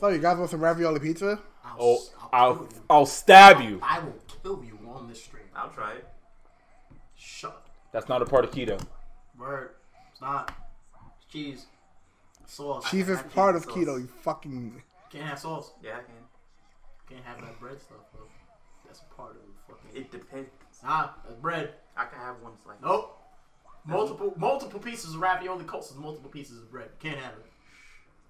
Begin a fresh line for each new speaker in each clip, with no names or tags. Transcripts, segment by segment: Oh, you guys want some ravioli pizza?
I'll,
Oh,
s-
I'll
kill you.
I'll stab you.
I will kill you on this stream.
I'll try it.
Shut up.
That's not a part of keto.
Word. It's not. It's cheese. Sauce.
Cheese is
I can't
part of
sauce.
keto. You fucking.
Can't have sauce.
Yeah, I can.
Can't have that bread stuff, though. That's a part of the fucking.
It depends.
Nah, that's bread.
I can have one slice.
Nope. Multiple multiple pieces of ravioli coats with multiple pieces of bread. Can't have it.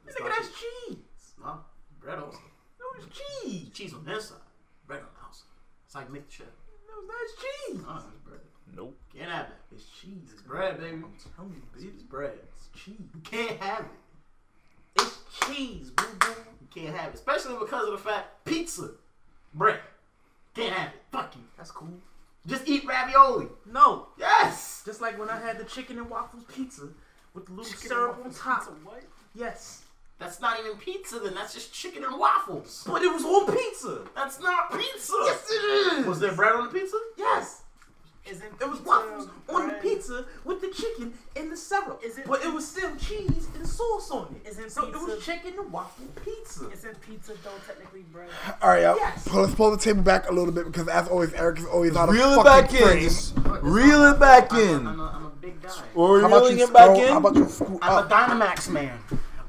This
It's
nigga,
not
that's
cheese.
cheese.
Nah, bread also.
No, it's cheese.
Cheese on this side. Bread on the outside. It's like mixed shit.
No, it's
Oh,
not it's cheese.
Nah, it's bread.
Nope.
Can't have it.
It's cheese. It's
Bread, baby.
I'm telling you,
It's
bitch.
bread.
It's cheese.
You can't have it.
It's cheese, boo boo.
You can't have it. Especially because of the fact pizza, bread. Can't have it. Fuck you.
That's cool.
Just eat ravioli.
No,
Yes!
just like when I had the chicken and waffles pizza with a little syrup on top. Yes,
That's not even pizza then, that's just chicken and waffles.
but it was on pizza.
That's not pizza!
Yes, it is.
Was there bread on the pizza?
Yes,
Isn't
there was
pizza
waffles on the
bread?
pizza with the chicken and the syrup.
Is it-
but it was still cheese and sauce on it.
Isn't
so it was
pizza-
chicken and waffle pizza.
Isn't pizza though technically bread?
All right, y'all.
Yes.
So let's pull the table back a little bit because, as always, Eric is always out of
Reel it
fucking
back in.
frame.
Just reel it back in.
I'm a, I'm a big guy.
Or
How about
reeling
you
it back
scroll? How about
in.
you screw
I'm a
up?
Dynamax man.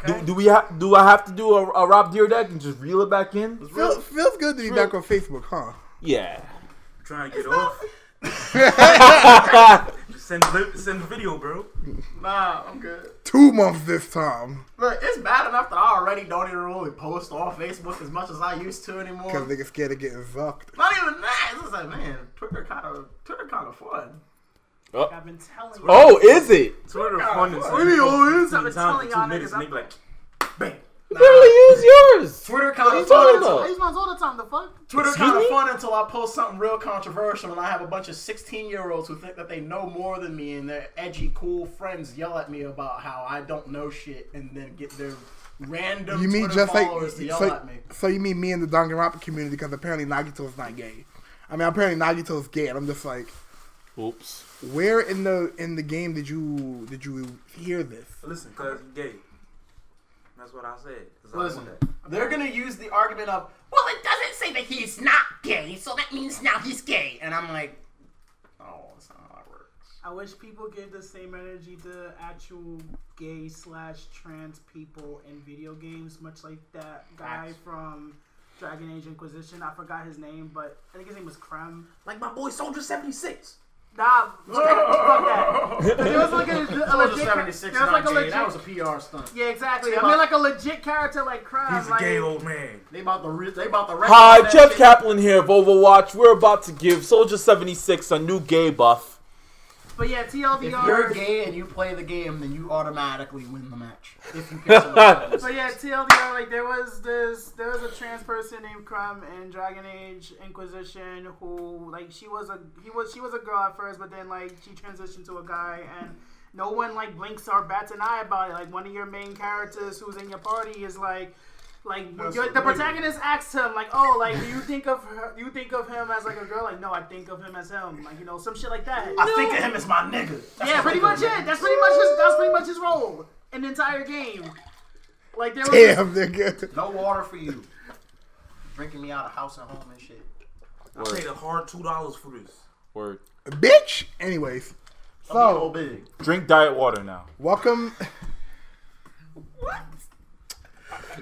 Do, do we have? Do I have to do a, a Rob Deerdeck and just reel it back in?
Feel, feels good to be back on Facebook, huh?
Yeah.
Trying to get off. send send the video, bro.
Nah, I'm good.
Two months this time
Look, it's bad enough that I already don't even really post on Facebook as much as I used to anymore.
because niggas scared of getting zucked.
Not even that. It's just like, man, Twitter kind of Twitter kind of fun.
I've been telling you.
Oh, is it?
Twitter fun is
is
I've been telling y'all niggas. I'm-
bang.
Literally is yours.
Twitter kind
you
of
talking
fun.
about?
Until,
I use mine all the time. The fuck?
Twitter
Excuse
kind of
me?
fun until I post something real controversial and I have a bunch of 16 year olds who think that they know more than me and their edgy, cool friends yell at me about how I don't know shit and then get their random
You mean
Twitter
just like
followers to yell
so,
at me.
so? You mean me and the Danganronpa community? Because apparently Nagito's not gay. I mean, apparently Nagito's gay, and I'm just like,
Oops.
where in the in the game did you did you hear this?
Listen, cause you gay. That's what I said. 'cause I
Listen,
want that.
they're gonna use the argument of, well, it doesn't say that he's not gay, so that means now he's gay. And I'm like, oh, that's not how it works.
I wish people gave the same energy to actual gay slash trans people in video games, much like that guy
Facts.
from Dragon Age Inquisition. I forgot his name, but I think his name was Krem.
Like my boy Soldier 76.
Nah, fuck that. There was like a, a
Soldier
legit. char-
76
There was like
not
a
gay.
legit.
That was a PR stunt.
yeah, exactly.
He's
I mean,
a-
like a legit character like Krem.
He's a
like,
gay old man.
They about the re- they about the rest
Hi,
of that
Jeff
shit.
Kaplan here of Overwatch. We're about to give Soldier 76 a new gay buff.
But yeah,
If
TLDR.
you're gay and you play the game, then you automatically win the match. If you pick someone else.
But yeah, TLDR, like there was this, there was a trans person named Crumb in Dragon Age Inquisition who, like, she was a, he was, she was a girl at first, but then like she transitioned to a guy, and no one like blinks or bats an eye about it. Like one of your main characters who's in your party is like. Like
That's
your, the
amazing.
protagonist asks him, like, "Oh, like, do you think of her, you think of him as like a girl? Like, no, I think of him as him, like, you know, some shit like that."
I think of him as my nigga. That's
Yeah,
what
pretty
they
much
do.
it. That's pretty much his. That's pretty much his role in the entire game. Like there was this-
Damn, nigga.
No water for you. Drinking me out of house and home and shit.
I paid a hard two dollars for this.
Word.
Bitch. Anyways,
Oh,
so
big.
Drink diet water now.
welcome.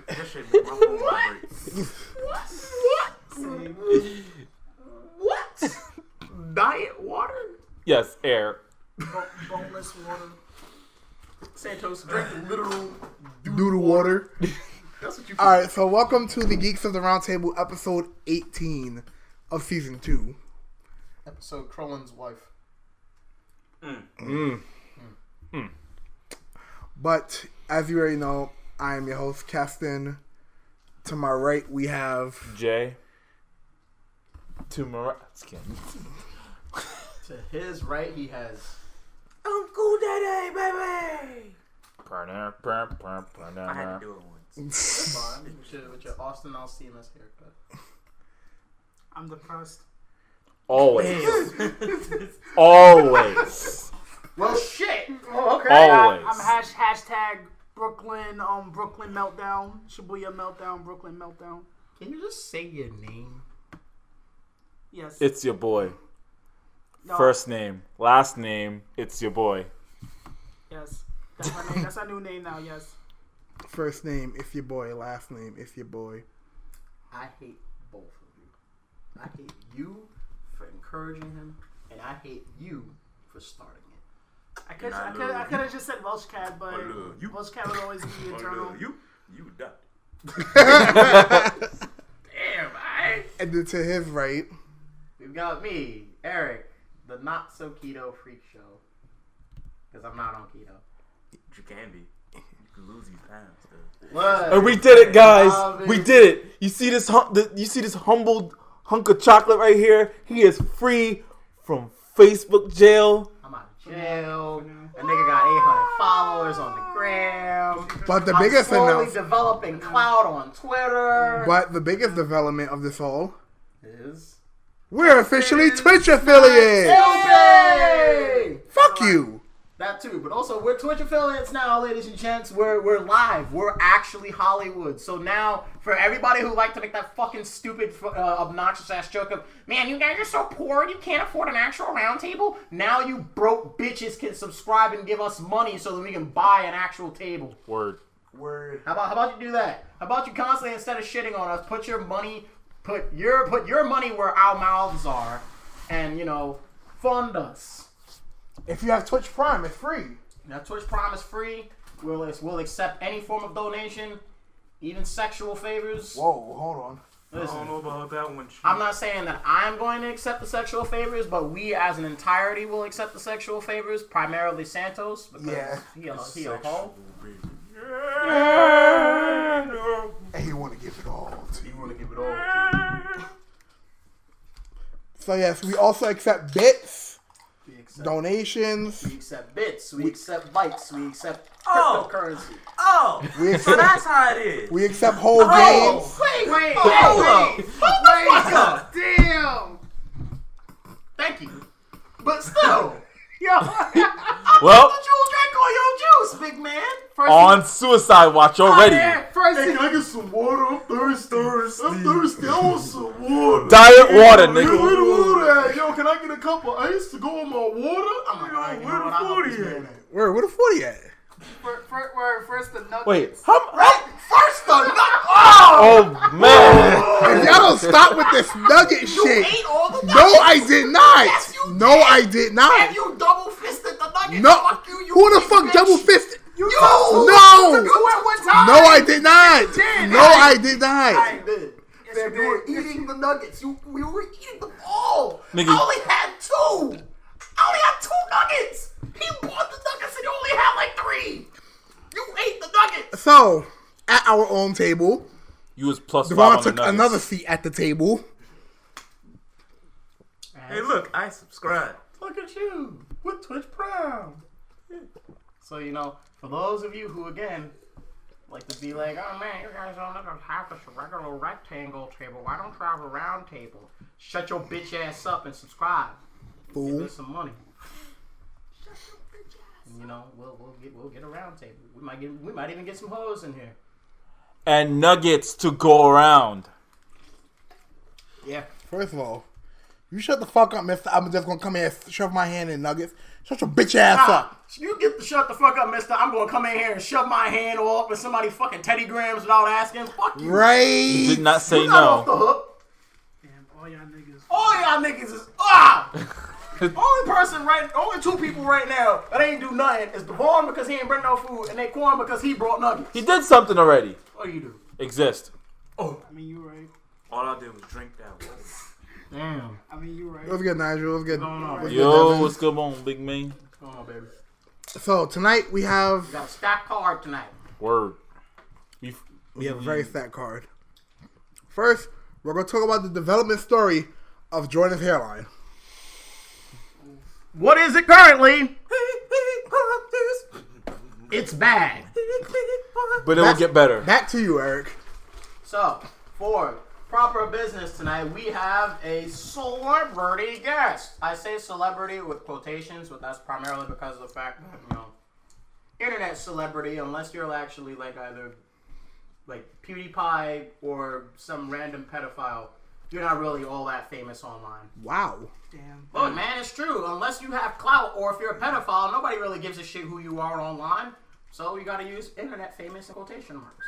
That shit made my phone vibrate.
What? Diet water?
Yes, air.
boneless water.
Santos drinking literal.
Noodle water.
That's what you.
All right, so welcome to the Geeks of the Roundtable, episode 18 of season two.
Episode Crolin's wife.
But as you already know, I am your host, Keston. To my right, we have
Jay. To Mariah.
To his right, he has.
Uncle Daddy, baby. I had to
Word.
do it once.
With your, with your Austin LCMS haircut.
I'm depressed.
Always. Always.
Well, shit.
Oh, okay.
Always.
I'm hash, hashtag Brooklyn, um, Brooklyn meltdown, Shibuya meltdown, Brooklyn meltdown.
Can you just say your name?
Yes.
It's your boy.
Y'all-
First name, last name. It's your boy.
Yes. That's our, name. That's our new name now. Yes.
First name, if your boy. Last name, if your boy.
I hate both of you. I hate you for encouraging him, and I hate you for starting it.
I could
Nah,
I could I
little
could have just said Welsh cat, but
little Oh, you. Oh,
Welsh cat would always be eternal.
you, you done.
Damn, I.
And then to his right,
We've got me, Eric, the not so keto freak show. Because I'm not on keto.
You can be. You can lose these pounds, though.
And we did it, guys. we did it. You see this? Hum- the, you see this humbled hunk of chocolate right here? He is free from Facebook jail.
I'm out of jail. A nigga got 800 followers on the gram.
but the
I'm
biggest
slowly
announce,
developing cloud on Twitter.
but the biggest development of this all,
Is
we're officially Twitch affiliate.
Tuesday!
Fuck you.
That too, but also we're Twitch affiliates now, ladies and gents. We're we're live. We're actually Hollywood. So now, for everybody who like to make that fucking stupid, fu- uh, obnoxious ass joke of, man, you guys are so poor, you can't afford an actual roundtable. Now you broke bitches can subscribe and give us money so that we can buy an actual table.
Word.
Word. How about how about you do that? How about you constantly instead of shitting on us, put your money, put your put your money where our mouths are, and you know, fund us.
If you have Twitch Prime, it's free.
Now, Twitch Prime is free. We'll, we'll accept any form of donation, even sexual favors.
Whoa, hold on.
I don't
Listen,
know about that one. shit.
I'm not saying that I'm going to accept the sexual favors, but we as an entirety will accept the sexual favors, primarily Santos, because
Yeah.
he a, he a hoe.
Sexual, baby. Yeah, no.
And he want to give it all to you.
want to give it all.
So yes, we also accept bits,
We accept,
donations.
we accept bits, we accept bytes, we accept
Oh.
cryptocurrency.
Oh,
We
so
accept,
that's how it is.
we accept whole
Oh.
games.
Wait, wait,
Hold
wait,
up.
wait, wait, wait.
up.
Damn. Thank you. But still, yo.
Well,
But you drink all your juice, big man. First
on suicide watch already.
First
Hey, can I get some water? I'm thirsty. I'm thirsty. I want some water.
Diet water,
Yo, where
nigga.
the water at? Yo, can I get a cup of ice to go in my water?
I'm like, all right, Oh you know what, I'll
Yo,
help
where the
this
food
man
at?
Where where the forty at?
For, for, for first the Nuggets.
Wait, how? how
First the nugget.
oh man!
If y'all don't stop with this nugget shit,
ate all the
no, I did
Yes, you
not. No, I did
Have
not.
you double fisted the nugget?
No,
Fuck you, you
who the
big
fuck
bitch.
double fisted?
You.
No.
You at one time.
No, I did not. No, I did
You
not.
did. Man,
you
you were
did.
eating the nuggets. You we were eating them all.
Nigga.
I only had two. I only had two nuggets. He bought the nuggets and you only had like three. You ate the nuggets.
So, at our own table,
You was plus
Devon
five on
took
the nuggets.
another seat at the table.
Hey, look, I subscribe.
Look at you with Twitch Prime. So you know, for those of you who again like to be like, oh man, you guys don't ever have this regular rectangle table. Why don't you have a round table? Shut your bitch ass up and subscribe. Give
Fool.
us some money. And, You know, we'll we'll get we'll get a round table. We might get we might even get some hoes in here.
and nuggets to go around.
Yeah.
First of all, you shut the fuck up, Mister. I'm just gonna come here, and shove my hand in nuggets. Shut your bitch ass
Ah,
up.
you get the shut the fuck up, Mister. I'm gonna come in here and shove my hand off with somebody fucking Teddy Grams without asking. Fuck you.
Right?
Did not say
You're not off
no.
the hook.
Damn, all y'all niggas.
Oh!
All y'all niggas is ah. only person right, only two people right now that ain't do nothing is Devon because he ain't bring no food, and Naquan because he brought nuggets.
He did something already.
What do you do?
Exist.
I mean, you right.
All I did was drink that water.
Damn.
I mean, you right.
What's good, Nigel? What's good?
going on,
What's good,
Yo,
Devin?
what's going on, big man?
Come on, baby.
So tonight we have
Got a stack card tonight.
Word. We,
we have a very fat card. First, we're gonna talk about the development story of Jordan's hairline.
What is it currently? It's bad.
but it will get better.
Back to you, Eric.
So, for proper business tonight, we have a celebrity guest. I say celebrity with quotations, but that's primarily because of the fact that, you know, internet celebrity unless you're actually like either like PewDiePie or some random pedophile. You're not really all that famous online.
Wow.
Damn.
Look, man, it's true. Unless you have clout or if you're a pedophile, nobody really gives a shit who you are online. So you gotta use internet famous in quotation marks.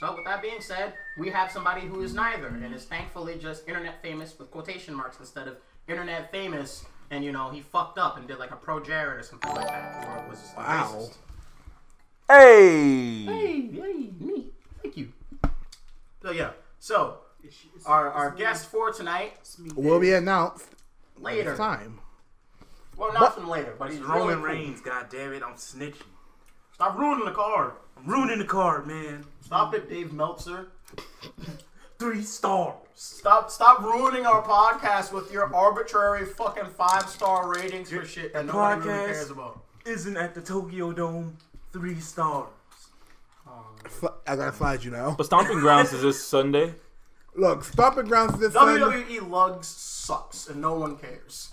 So with that being said, we have somebody who is neither and is thankfully just internet famous with quotation marks instead of internet famous and you know he fucked up and did like a pro Jared or something like that or was just
Wow.
racist.
Hey.
Hey, hey, me. Thank you. So yeah. So our our guest for tonight
Will be announced
later.
time.
Well, not from later, but he's really
Roman
cool.
Reigns, god damn it, I'm snitching.
Stop ruining the card.
I'm ruining the card, man.
Stop it, Dave Meltzer.
Three stars.
Stop stop ruining our podcast with your arbitrary fucking five star ratings for shit that nobody really
podcast.
cares about.
Isn't at the Tokyo Dome. Three stars.
Sl- I gotta slide you now.
But Stomping Grounds is this Sunday.
Look, stomping grounds this Sunday.
WWE E Lugs sucks and no one cares.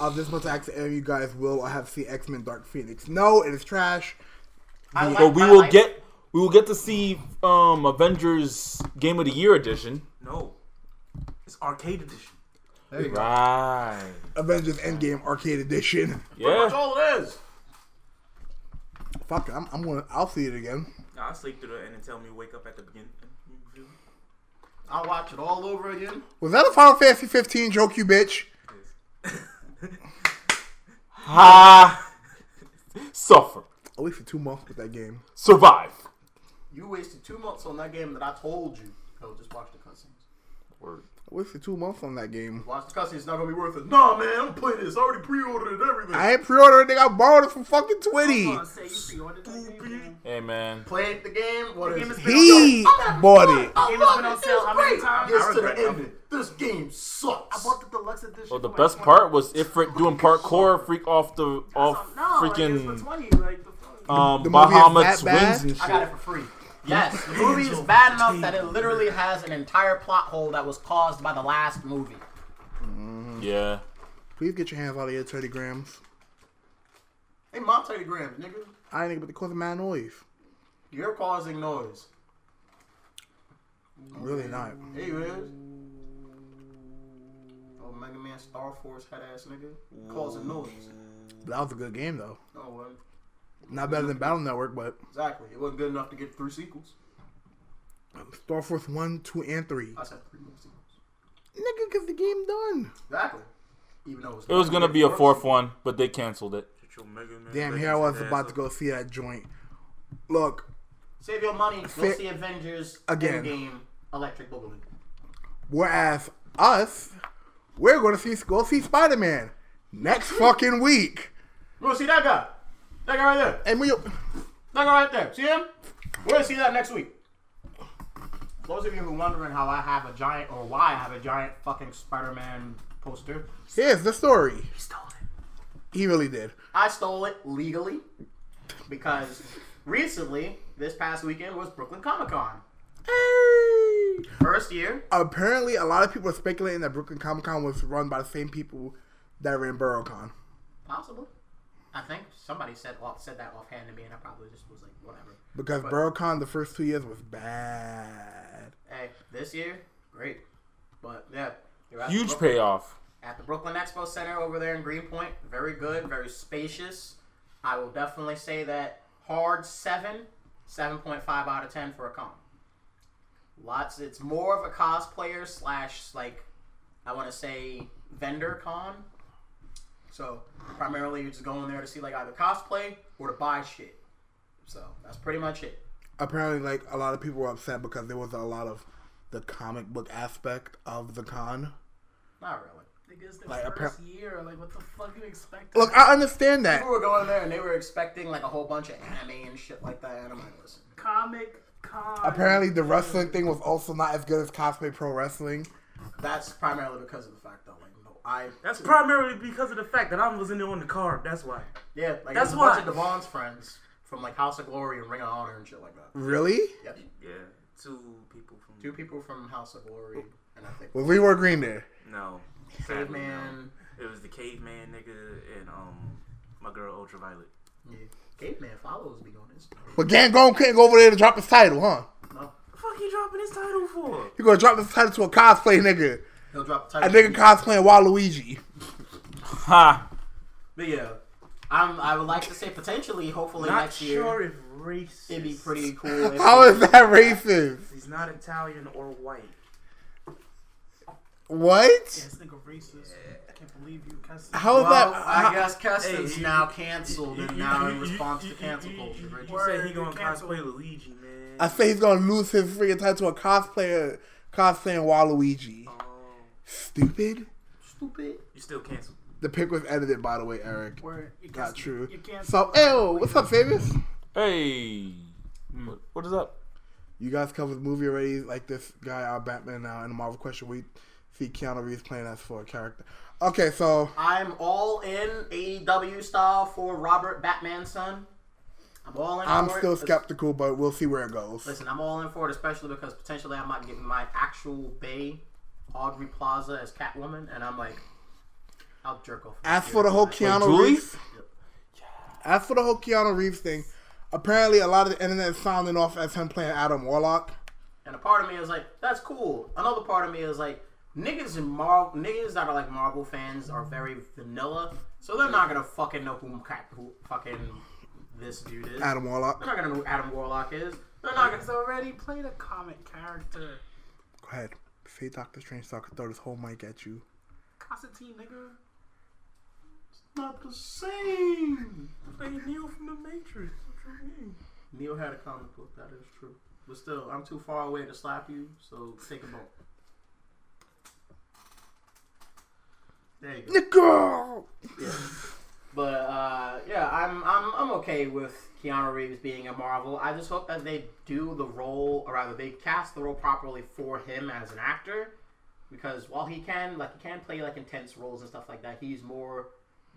I'll just want to ask if you guys will or have seen X Men Dark Phoenix. No, it is trash.
I like
But we
my
will
life.
get we will get to see um Avengers Game of the Year edition.
No. It's arcade edition.
There you go.
Right.
Avengers Endgame Arcade Edition.
That's
Yeah.
all it is.
Fuck it, I'm, I'm gonna. I'll see it again.
Nah, I'll sleep through it and then tell me to wake up at the beginning.
I'll watch it all over again.
Was that a Final Fantasy 15 joke, you bitch?
Ha. Suffer.
At least for two months with that game.
Survive.
You wasted two months on that game that I told you. No, just watch the cutscenes.
Word.
I wasted two months on that game.
Watch the cutscenes. It's not gonna be worth it. Nah, man, I'm gonna play this. I already pre-ordered it. Everything.
I ain't pre-ordering. I borrowed it from fucking Twitty.
Say you pre-ordered that game.
Hey man.
played the game. What is
Game has
it?
been
He bought it.
I
Game has
love
been
it.
on
It
sale
was
how many
great.
times?
Yes,
I
to the
regret
ending. This game sucks.
I bought the deluxe edition.
Well, the
for, like,
best
20.
part was Ifrit doing parkour, freak off the off
No, like, it's
freaking
for 20, like, the fuck?
um
The movie is
Bahama
that
twins
bad?
and
I
shit.
got it for free. Yes, the movie is bad enough that it literally has an entire plot hole that was caused by the last movie.
Yeah.
Please get your hands out of here, 30 grams.
Hey, Monte Graham, nigga,
I ain't even to cause a mad noise.
you're causing noise.
Really not.
Hey, you is. Oh, Mega Man, Star Force head ass nigga, causing noise.
But that was a good game though.
Oh well,
Not better than Battle Network, but
exactly. It wasn't good enough to get three sequels.
Star Force One, Two, and Three.
I said three more sequels.
Nigga, get the game done.
Exactly. Even though it was,
It was gonna be a fourth one, but they canceled it.
Get your Mega Man
Damn,
Legends
here I was
ass
about to
up.
go see that joint. Look,
Save your money. Go
Fit-
see Avengers
Again.
Endgame Electric Boogaloo.
whereas us, we're gonna see go see Spider Man next fucking week,
You want to see that guy? That guy right there.
and we.
That guy right there. See him? We're gonna see that next week. Those of you who are wondering how I have a giant or why I have a giant fucking Spider-Man poster,
Here's the story.
He stole it.
He really did.
I stole it legally because recently, this past weekend was Brooklyn Comic Con. First year,
Apparently, a lot of people are speculating that Brooklyn Comic Con was run by the same people that ran BorrowCon.
possibly. I think somebody said off, said that offhand to me, and I probably just was like, whatever.
Because BorrowCon the first two years was bad.
Hey, this year, great. But yeah, you're at
Huge
Brooklyn-
payoff.
at the Brooklyn Expo Center over there in Greenpoint. Very good, very spacious. I will definitely say that hard seven, seven point five out of ten for a con. Lots. It's more of a cosplayer slash like I want to say vendor con. So primarily you're just going there to see like either cosplay or to buy shit. So that's pretty much it.
apparently like a lot of people were upset because there was a lot of the comic book aspect of the con.
Not really.
Nigga, it's the
Like, a
first year. Like, what the fuck you expect?
Look, I understand that.
People were going there and they were expecting like a whole bunch of anime and shit like that. And I'm like, listen,
Comic con.
Apparently the wrestling thing was also not as good as cosplay pro wrestling.
That's primarily because of the fact that like no, I
That's primarily because of the fact that I wasn't on the card. That's why.
yeah like that's
That's
a bunch
why.
of Devon's friends from like House of Glory and Ring of Honor and shit like that.
Really?
Yep,
Yeah, two people from.
two people from House of Glory and I think
Was Leroy Green there?
No. Sadly, no.
Caveman.
It was the caveman nigga and um my girl Ultraviolet.
Caveman followers be doing this.
But Gangon can't go over there to drop his title, huh?
The fuck he dropping his title for?
You gonna drop his title to a cosplay nigga.
He'll drop
A nigga cosplaying Waluigi.
Ha.
But yeah, I'm, I would like to say potentially, hopefully
Not
next year,
sure if racist.
it'd be pretty cool. if-
How is that racist?
He's not Italian or white.
What?
This nigga racist. I can't believe you. cussed.
How is
Well,
that?
I guess customs
Hey, you-
now canceled and now in response to cancel culture.
You,
right?
you said he
Word,
gonna
cancel.
cosplay Luigi, man.
I say he's gonna lose his freaking title to a cosplayer cosplaying Waluigi.
Oh,
Stupid.
Stupid.
you still canceled.
The pic was edited, by the way, Eric.
Word. You
Not
cussed-
true.
You can't.
So, ew, what's up, Fabius?
Hey. What- What is up?
You guys covered the movie already, like this guy, our Batman now, in the Marvel question. We see Keanu Reeves playing as for a character. Okay, so
I'm all in AEW style for Robert Batman's son. I'm all in.
I'm
for
still
it.
skeptical, but we'll see where it goes.
Listen, I'm all in for it, especially because potentially I might get my actual Bay Audrey Plaza as Catwoman, and I'm like, I'll jerk off.
As for the whole Keanu
Julie?
Reeves, as for the whole Keanu Reeves thing, apparently a lot of the internet is sounding off as him playing Adam Warlock.
And a part of me is like, that's cool. Another part of me is like, niggas in Marvel, niggas that are like Marvel fans are very vanilla, so they're not gonna fucking know who, Cat- who fucking this dude is.
Adam Warlock.
They're not gonna know who Adam Warlock is. They're not
He's
gonna.
already played a comic character.
Go ahead. Say Doctor Strange so I can throw this whole mic at you.
Constantine, nigga. It's not the same.
Hey, Neo from the Matrix. What you mean?
Neil had a comic book. That is true. But still, I'm too far away to slap you, so take a bone. There you go.
Nigga!
But uh, yeah, I'm, I'm I'm okay with Keanu Reeves being a Marvel. I just hope that they do the role, or rather, they cast the role properly for him as an actor, because while he can like he can play like intense roles and stuff like that, he's more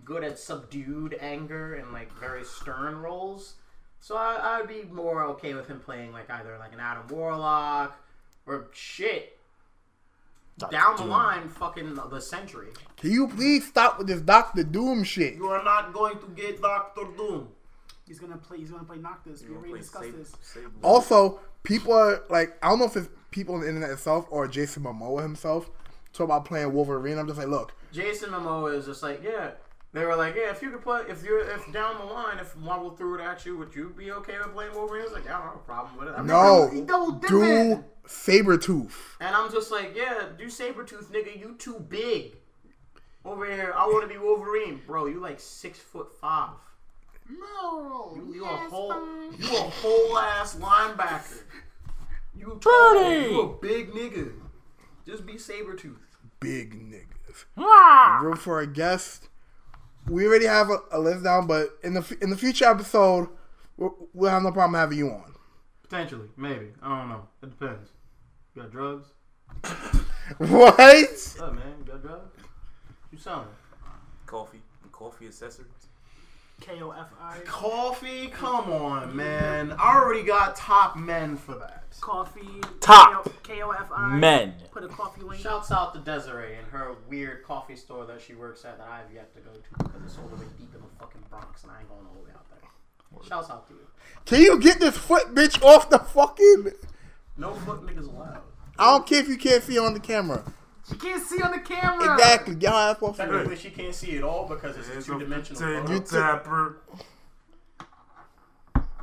good at subdued anger and like very stern roles. So I, I'd be more okay with him playing like either like an Adam Warlock or shit down the line, fucking the Sentry.
Can you please stop with this Doctor Doom shit?
You are not going to get Doctor Doom.
He's gonna play. He's gonna play Noctis. We already discussed this.
Also, people are like, I don't know if it's people on the internet itself or Jason Momoa himself talk about playing Wolverine. I'm just like, look,
Jason Momoa is just like, yeah. They were like, yeah, if you could play, if you're, if down the line, if Marvel threw it at you, would you be okay with playing Wolverine? It's like, I don't have a problem with it. I mean,
no,
he double dip it.
do Sabretooth.
And I'm just like, yeah, do Sabretooth, nigga, you too big. Over here, I want to be Wolverine, bro. You like six foot five. No, you, you a whole, you a whole ass linebacker. You tall, you a big nigga. Just be Sabretooth.
Big niggas. Room for a guest. We already have a, a list down, but in the f- in the future episode, we'll, we'll have no problem having you on.
Potentially, maybe. I don't know. It depends. You got drugs?
What?
What's up, man? You got drugs? You selling?
Coffee. Coffee accessories.
K O F I.
Coffee? Come on, man. I already got top men for that.
Coffee.
Top
K O F I.
Men.
Put a coffee link.
Shouts out to Desiree and her weird coffee store that she works at that I have yet to go to because it's all the way deep in the fucking Bronx and I ain't going all the way out there. Shouts out to you.
Can you get this foot bitch off the fucking?
No foot niggas allowed.
I don't care if you can't see on the camera.
She can't see on the camera.
Exactly. Get her ass off the
Technically, she can't see it all because it's a two dimensional
You
photo.
took-
Tapper.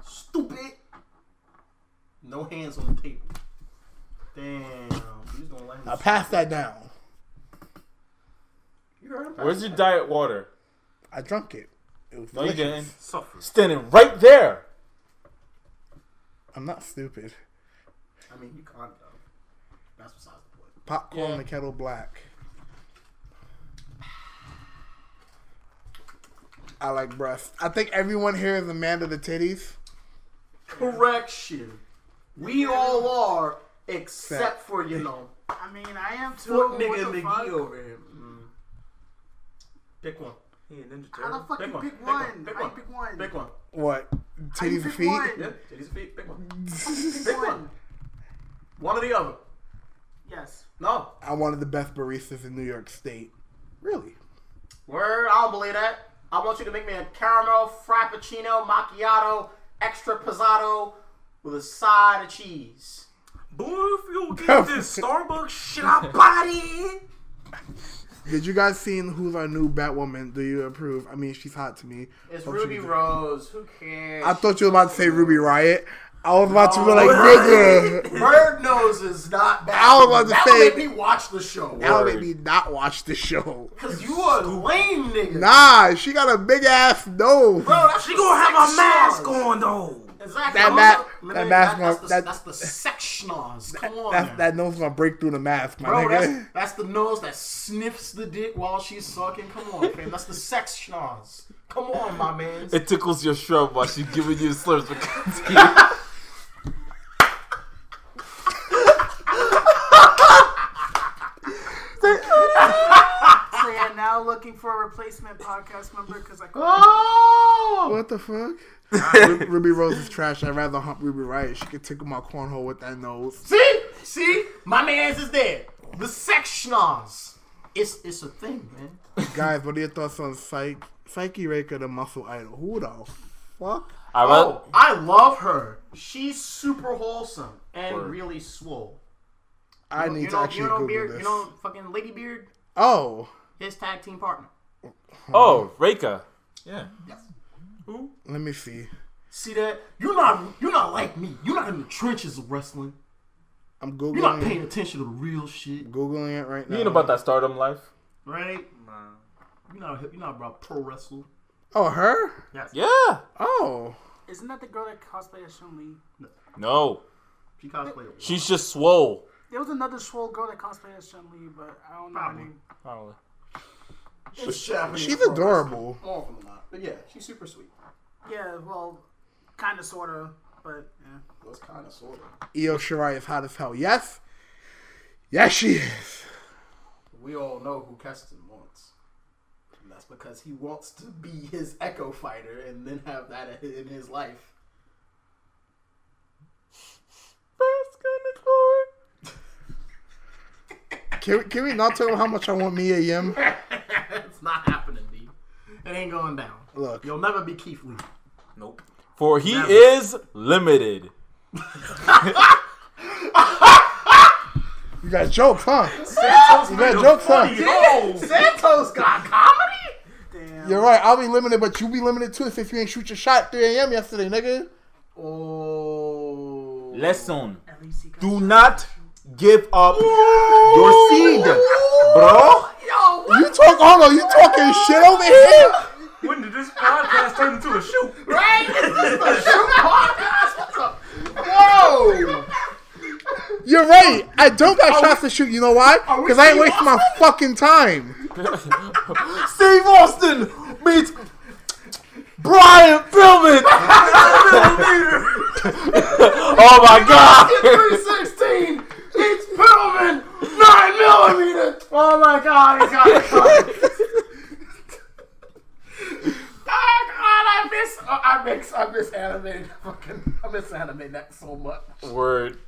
Stupid. No hands on the table. Damn. You just gonna let him
Now pass that down.
You heard him.
Where's your diet water?
I drunk it. It was
No, you
delicious.
didn't.
Suffer.
Standing right there.
I'm not stupid.
I mean, you can't though. That's besides the point.
Popcorn
Yeah.
the kettle black. I like breasts. I think everyone here is a man to the titties.
Correction. We all are, except for you know,
I mean, I am too.
foot
what
nigga
the
McGee
fuck?
over here. Mm. Pick one.
He a Ninja
How
Turtle.
the fuck
Pick
you
one,
pick
pick
one?
one, pick
I
one,
pick one.
Pick one.
What? Titties and
pick
feet?
one.
Yeah, titties and feet. Pick one.
Pick
Pick one. One or the other.
Yes.
No.
I'm one of the best baristas in New York State. Really?
Word. I don't believe that. I want you to make me a caramel frappuccino macchiato extra pizzato with a side of cheese.
Boy, if you get this Starbucks shit, I body.
Did you guys seen who's our new Batwoman? Do you approve? I mean, she's hot to me.
It's
Hope she
Ruby
gets it.
Rose. Who cares?
I thought you were about to say Ruby Riot. I was about
Oh.
to be like, nigga.
Bird nose is not bad.
I was about to
that
say-
would make me watch the show.
That made me not watch the show.
Cause you are lame, nigga.
Nah, she got a big ass nose.
Bro, that's
She
the
gonna have
sex
a mask
schnoz.
on though.
Exactly.
That
I'm
ma-
not-
that
Literally,
mask
that's,
on-
the,
that-
that's the sex schnoz. Come on.
That,
now.
that nose gonna break through the mask, my
Bro,
nigga.
that's, that's the nose that sniffs the dick while she's sucking. Come on, fam. That's the sex schnoz. Come on, my man.
It tickles your shrub while she's giving you slurs for continue.
So yeah, now looking for a replacement podcast member because I
Oh!
What the fuck? Ru- Ruby Rose is trash. I'd rather hump Ruby Riot. She could tickle my cornhole with that nose.
See? See? My man's is there. The sex schnoz. It's, it's a thing, man.
Guys, what are your thoughts on Psyche, Psyche Raker, the muscle idol? Who the fuck?
I
Oh,
rather,
I love her. She's super wholesome and
Word.
really swole.
I need
you
to
know,
actually
you know,
Google
Beard,
this.
you know, fucking Lady Beard,
oh,
his tag team partner.
oh, Reika. Yeah.
let me see.
See that? You're not, you're not like me. You're not in the trenches of wrestling.
I'm
You're not
googling
paying attention to the real shit,
googling it right now.
You know about that stardom life?
right? You're not, you're not about pro wrestling.
Oh, her?
Yeah.
Oh,
Isn't that the girl that cosplayed as Chun Li?
No.
She cosplayed.
She's just swole.
There was another swole girl that cosplayed as Chun Li, but I don't know. her
Probably.
name.
Probably.
She's Japanese.
she's adorable.
More often than not. But yeah, she's super sweet.
Yeah, well, kind of, sort of, but yeah.
That's kind of sort of.
Io Shirai is hot as hell. Yes, yes, she is.
We all know who Keston wants. And that's because he wants to be his echo fighter and then have that in his life.
Can we, can we not talk about how much I want Mia Yim?
it's not happening, D. It ain't going down.
Look,
You'll never be Keith Lee.
Nope. For he is limited.
you got jokes, huh?
Santos,
You got jokes, huh?
Santos got comedy?
You're right. I'll be limited, but you be limited too if you ain't shoot your shot 3 a.m. yesterday, nigga.
Oh.
Lesson.
At least he got.
Do not give up your seed, bro.
Yo, what?
You talk, hold on, you talking shit over here?
When did this podcast turn into a shoot?
Right? Is this the shoot podcast? What the? Whoa!
You're right. I don't got shots to shoot. You know why?
we
Because I ain't
Steve
wasting my fucking time.
Steve Austin meets Brian Pillman. oh my god!
316! It's Pillman! 9mm! Oh my god, he's got it coming. Oh god, I miss, oh, I miss, I miss animated fucking, I miss anime that so much.
Word.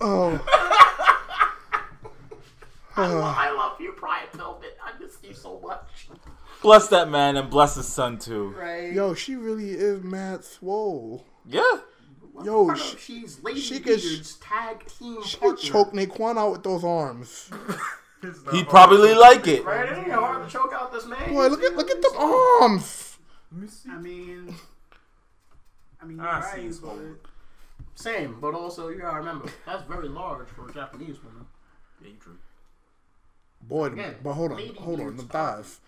Oh,
I love you, Brian Pillman. I miss you so much.
Bless that man and bless his son too.
Right?
yo, she really is mad swole.
Yeah.
Yo, she,
she's Lady
she could-
Beard's tag team
she could
partner.
choke Naquan out with those arms.
He'd probably like it.
Right? It ain't hard to choke out this man.
Boy, look at look at them arms.
I mean, I mean,
Ah,
you're
I see
right,
this
but
one.
Same, but also you gotta remember that's very large for a Japanese woman.
Boy, them-
Again,
but hold on,
lady
hold on,
dudes
them thighs.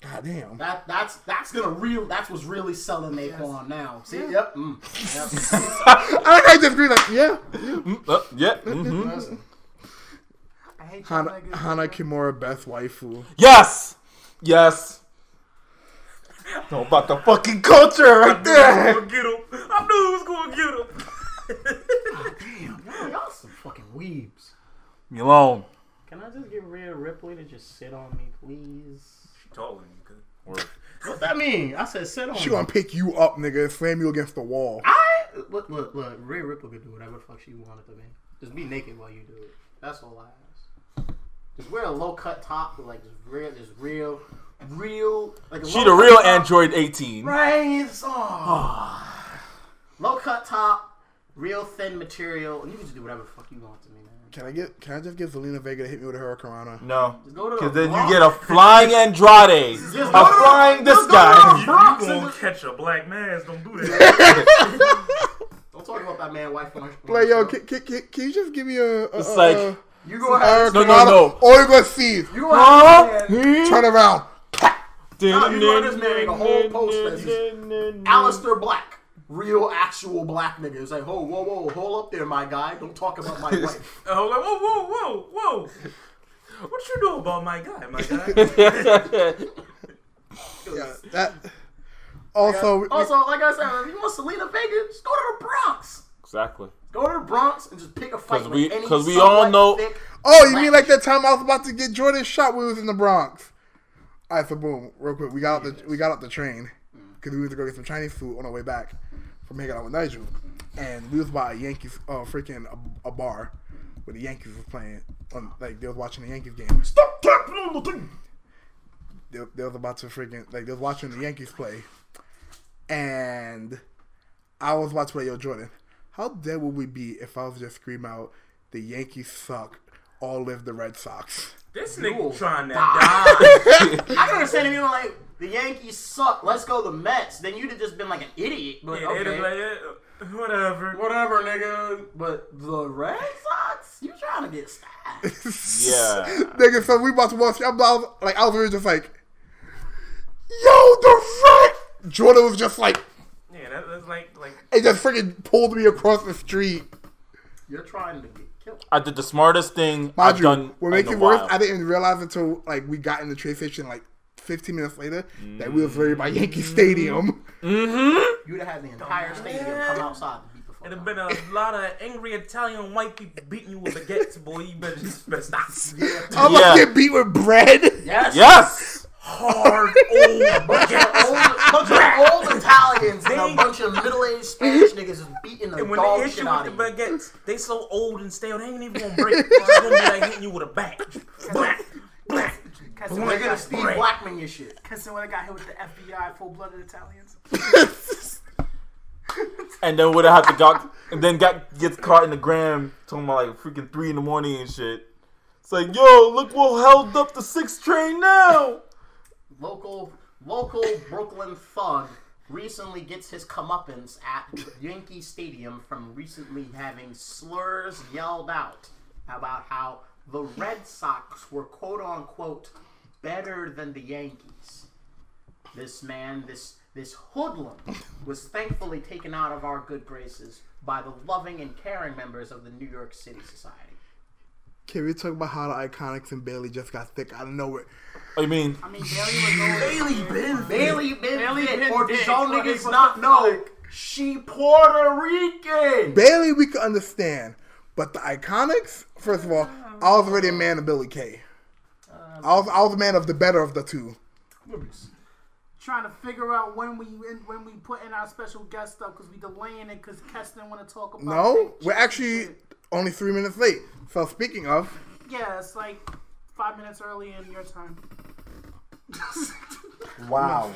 God damn.
That that's that's gonna real that's what's really selling Naquan now. See, yep, mm, yep.
I like how you just agree like, yeah.
Uh, yeah. mhm.
I hate
Hana,
you.
Hana Kimura, best waifu.
Yes, yes. Know about the fucking culture right there.
Go get him. I knew he was gonna get him.
y'all some fucking weebs.
Me alone.
Can I just get Rhea Ripley to just sit on me, please?
Taller
What that mean? I said sit on
She
me.
gonna pick you up, nigga, and slam you against the wall.
I look look look. Rhea Ripley could do whatever the fuck she wanted to be. Just be naked while you do it. That's all I ask. Just wear a low cut top with like this real, this real, real. Like a
She
low
the
cut
real
top.
Android 18.
Right. it's- Oh.
Ah.
low cut top, real thin material, and you can just do whatever the fuck you want to me, man.
Can I get? Can I just get Selena Vega to hit me with a hurricanrana?
No.
Just go to
Because
the
then you
Bronx.
get a flying Andrade. A
go to-
flying this
just go
guy.
You, you gonna catch a black man? Don't do that.
Don't talk about that man, wife. on our- on our
Like yo,
show.
can, can, can, can you just give me a? a
It's
a-
like-
a
you go ahead.
hurricanrana?
No, no, no.
All you're gonna see is
You go ahead. man.
turn around.
Nah, you know this man make a whole post that's Alistair Black. Real, actual black nigga. It's like, oh, whoa, whoa, hold up there, my guy. Don't talk about my wife.
And I'm like, whoa, whoa, whoa, whoa. What you know about my guy, my guy?
Yeah, that. Also, we-
Also, like I said, if you want Selena Vega, just go to the Bronx.
Exactly.
Go to the Bronx and just pick a fight.
'Cause we-
with any
'cause we all
somewhat
know-
thick-
Oh, you mean like that time I was about to get Jordan shot when we was in the Bronx? All right, so boom, real quick, we got out the we got out the train because we was to go get some Chinese food on our way back from hanging out with Nigel, and we was by a Yankees, uh, freaking a, a bar where the Yankees was playing. On, like they was watching the Yankees game.
Stop tapping on the thing.
They, they was about to freaking like they was watching the Yankees play, and I was about to play Yo Jordan. How dead would we be if I was just scream out the Yankees suck, all live the Red Sox?
This nigga trying to die.
I can understand if you were like the Yankees suck. Let's go the Mets. Then you'd have just been like an idiot. But
Yeah,
okay,
it'll be like, yeah, whatever.
whatever, nigga. But the Red Sox, you trying to get stabbed?
Yeah.
Nigga, so we about to watch. I'm, I was, like, I was really just like, yo, the fuck? Jordan was just like,
Yeah, that, that's like, like,
it just freaking pulled me across the street.
You're trying to get killed.
I did the smartest thing
Mind
I've
you,
done.
what
in
makes
a
it worse,
while.
I didn't realize until like we got in the train station like 15 minutes later that we was worried by Yankee Stadium.
You'd have had the entire stadium come outside to beat the fuck.
it'd
out
have
of
been a lot of angry Italian white people beating you with baguettes, boy. You better just better stop.
I'm about to
Yeah.
get beat with bread.
you. Yes.
Yes.
Hard old baguette.
Old, bunch of old Italians and a bunch of middle-aged Spanish niggas is beating the
And when
dog
they hit
shit
you
out
with the
of you.
baguettes, they so old and stale, they ain't even gonna break. It's just gonna be like hitting you with a bat. Black, black.
They're gonna Steve
Right.
Blackman your shit.
Because when I got hit with the FBI, full-blooded Italians.
And then would have had to got and then got gets caught in the gram talking about like freaking three in the morning and shit. It's like, yo, look what held up the sixth train now.
local local Brooklyn thug recently gets his comeuppance at Yankee Stadium from recently having slurs yelled out about how the Red Sox were quote unquote better than the Yankees. This man, this this hoodlum, was thankfully taken out of our good graces by the loving and caring members of the New York City Society.
Can we talk about how the Iconics and Bailey just got thick out of nowhere?
I mean,
I mean, Bailey was going. Bailey
Bailey been Bailey
Bailey been
or did
dead.
y'all
Or
niggas
equals
not
to
know she Puerto Rican?
Bailey, we could understand, but the Iconics. First of all, I was already a man of Billy Kay. I was, I was a man of the better of the two.
Trying to figure out when we when we put in our special guest stuff because we delaying it because Kes didn't want to talk about.
No,
that
we're
chicken
actually
shit.
only three minutes late. So speaking of,
Yeah, it's like five minutes early in your time.
wow,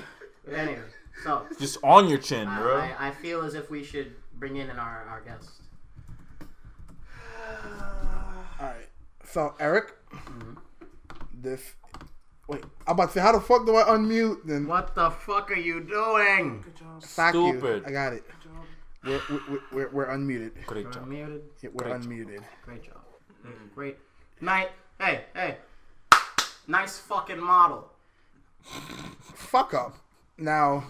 Anyway, so
just on your chin, bro.
I, I feel as if we should bring in our, our guest.
All right. So Eric, this. Wait, I'm about to say, how the fuck do I unmute? Then
What the fuck are you doing?
fuck you.
Stupid.
I got it. We're, we're, we're, we're unmuted.
Great job.
Muted.
Yeah, We're unmuted.
Great job. Great. Night. Hey, hey. Nice fucking model.
Fuck up. Now,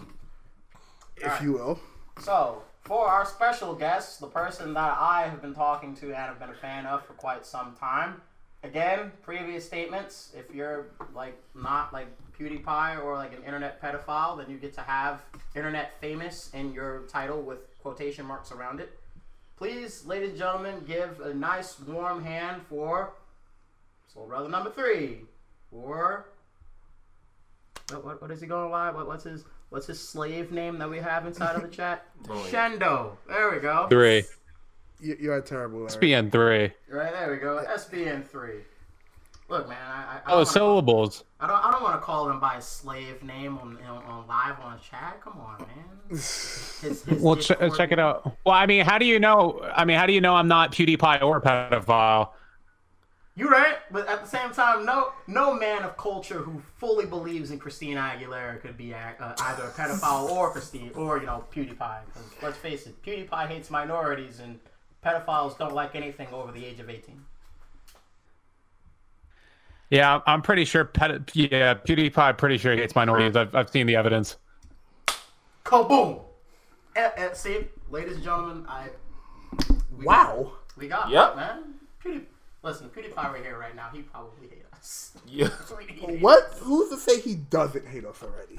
if you will.
So, for our special guest, the person that I have been talking to and have been a fan of for quite some time. Again, previous statements. If you're like not like PewDiePie or like an internet pedophile, then you get to have internet famous in your title with quotation marks around it. Please, ladies and gentlemen, give a nice warm hand for Soul Brother number three. Or what, what, what is he going live? What, what's his what's his slave name that we have inside of the chat? Shendo. There we go.
three.
You, you are terrible. Eric.
SPN three.
Right there we go. SBN three. Look, man, I, I, I, don't,
Oh,
wanna-
syllables.
I don't, I don't want to call him by his slave name on, on, on live on chat. Come on, man. His- his
Well, ch- uh,
Discord-
check it out. Well, I mean, how do you know? I mean, how do you know I'm not PewDiePie or pedophile?
You right, but at the same time, no, no man of culture who fully believes in Christina Aguilera could be a, uh, either a pedophile or Christine or you know PewDiePie. 'Cause let's face it, PewDiePie hates minorities and pedophiles don't like anything over the age of eighteen.
Yeah, I'm pretty sure. Ped- yeah, PewDiePie. Pretty sure he hates minorities. I've, I've seen the evidence.
Kaboom! Eh, eh, see, ladies and gentlemen, I
Wow.
we got
Yep.
it, man. Pewdie, listen, PewDiePie right here, right now, he probably hate us.
Yeah.
What? Who's to say he doesn't hate us already?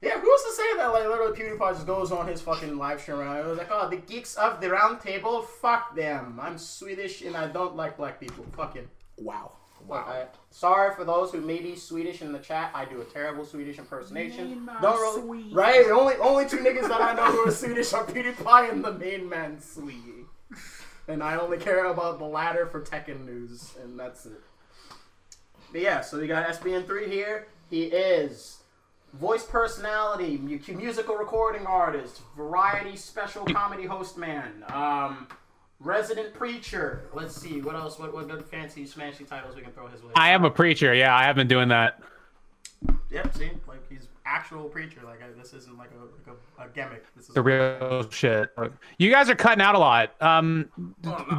Yeah, who's to say that? Like, literally, PewDiePie just goes on his fucking live stream and it was like, oh, the geeks of the round table, fuck them. I'm Swedish and I don't like black people. Fuck him.
Wow.
Wow. sorry for those who may be Swedish in the chat. I do a terrible Swedish impersonation. Don't really, right? The Only only two niggas that I know who are Swedish are PewDiePie and the main man Swede. And I only care about the latter for Tekken news, and that's it. But yeah, so we got SBN3 here. He is voice personality, mu- musical recording artist, variety special comedy host man. Um, resident preacher. Let's see what else. What what good fancy smashy titles we can throw his way.
I am a preacher. Yeah, I have been doing that.
Yep. See, like he's actual preacher. Like I, this isn't like a like a, a gimmick. This is
The real shit. You guys are cutting out a lot. Um,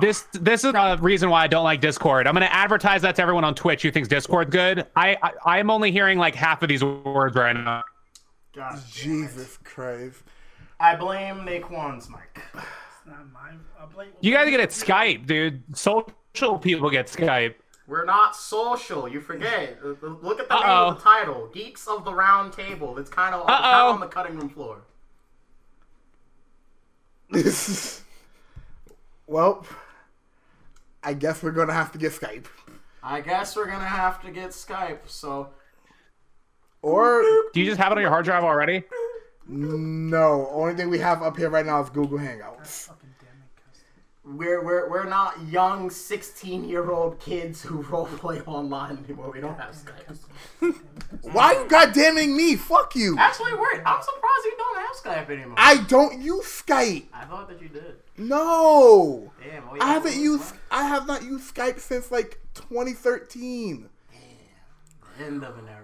this this is a reason why I don't like Discord. I'm gonna advertise that to everyone on Twitch who thinks Discord's good. I I am only hearing like half of these words right now.
God.
Jesus Christ.
I blame Naquan's mic.
Not mine. I blame.
You gotta get it Skype, dude. Social people get Skype.
We're not social. You forget. Uh, uh, Look at the name
Uh-oh.
of the title. Geeks of the Round Table. It's kind of
Uh-oh.
on the cutting room floor.
well, I guess we're gonna have to get Skype.
I guess we're gonna have to get Skype. So
Or
Do you just have it on your hard drive already?
no, only thing we have up here right now is Google Hangouts.
we're we're, we're not young sixteen year old kids who roleplay online anymore. We don't have Skype.
Why you goddamning me? Fuck you!
Actually, wait. I'm surprised you don't have Skype anymore. I,
I don't use Skype.
thought that you did.
No,
Damn. Oh, yeah,
I haven't
that's
used. I have not used Skype since like 2013.
the End of an era.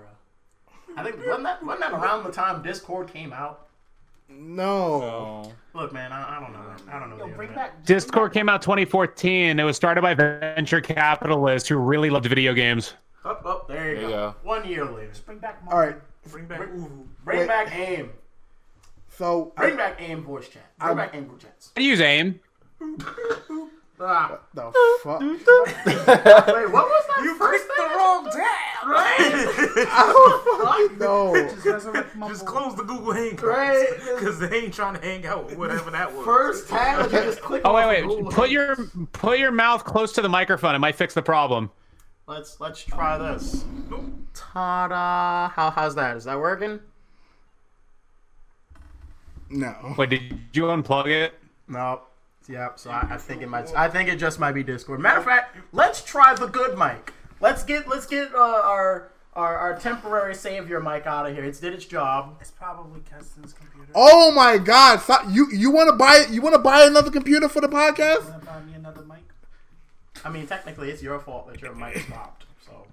I think wasn't that wasn't that around the time Discord came out?
No.
Look, man, I, I don't know. I don't know. the
Bring
internet.
back.
Discord came out 2014. It was started by venture capitalists who really loved video games.
Up, up. There you,
There you
go.
go.
One year later.
Bring back.
All right.
Bring back Uhu.
Bring
Wait.
back AIM.
So
Bring back AIM voice chat. Bring
I'm-
back AIM group chats.
I use AIM.
Ah,
the fuck?
wait, what was that? You first thing? the wrong tab, right?
No.
Just close the Google Hangouts.
Right.
Because they ain't trying to hang out with whatever that was.
First tab, you just click.
Oh
off
wait,
of
wait.
Google.
Put your put your mouth close to the microphone. It might fix the problem.
Let's let's try this. Ta-da! How how's that? Is that working?
No.
Wait, did you unplug it?
No. Yep. So I, I think it might. I think it just might be Discord. Matter of fact, let's try the good mic. Let's get let's get uh, our, our our temporary savior mic out of here. It's did its job.
It's probably Keston's computer.
Oh my god! So, you you want to buy you want to buy another computer for the podcast?
Gonna buy me another mic.
I mean, technically, it's your fault that your mic stopped. So.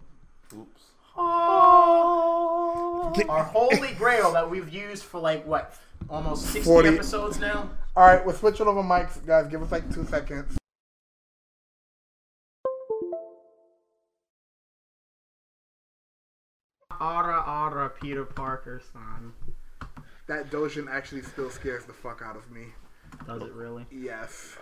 Oops.
Our holy grail that we've used for like what almost sixty
40.
episodes now.
All right, we're switching over mics, guys. Give us like two seconds.
Ara ara Peter Parker son.
That Dojin actually still scares the fuck out of me.
Does it really?
Yes.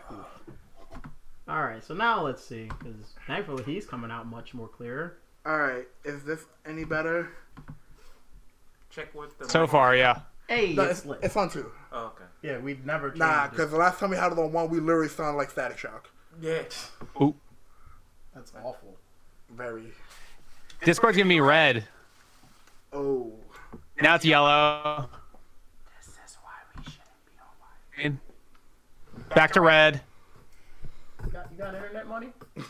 All right. So now let's see, because thankfully he's coming out much more clearer.
All right, is this any better?
Check what the.
So far, yeah.
Hey,
No,
it's
it's,
lit.
it's on two.
Oh, okay.
Yeah, we'd never. change
Nah,
it.
because the last time we had it on one, we literally sounded like Static Shock.
Yeah.
that's awful.
Very.
Discord's giving me red.
Oh.
Now it's yellow. Back to red.
You got, you got internet money? You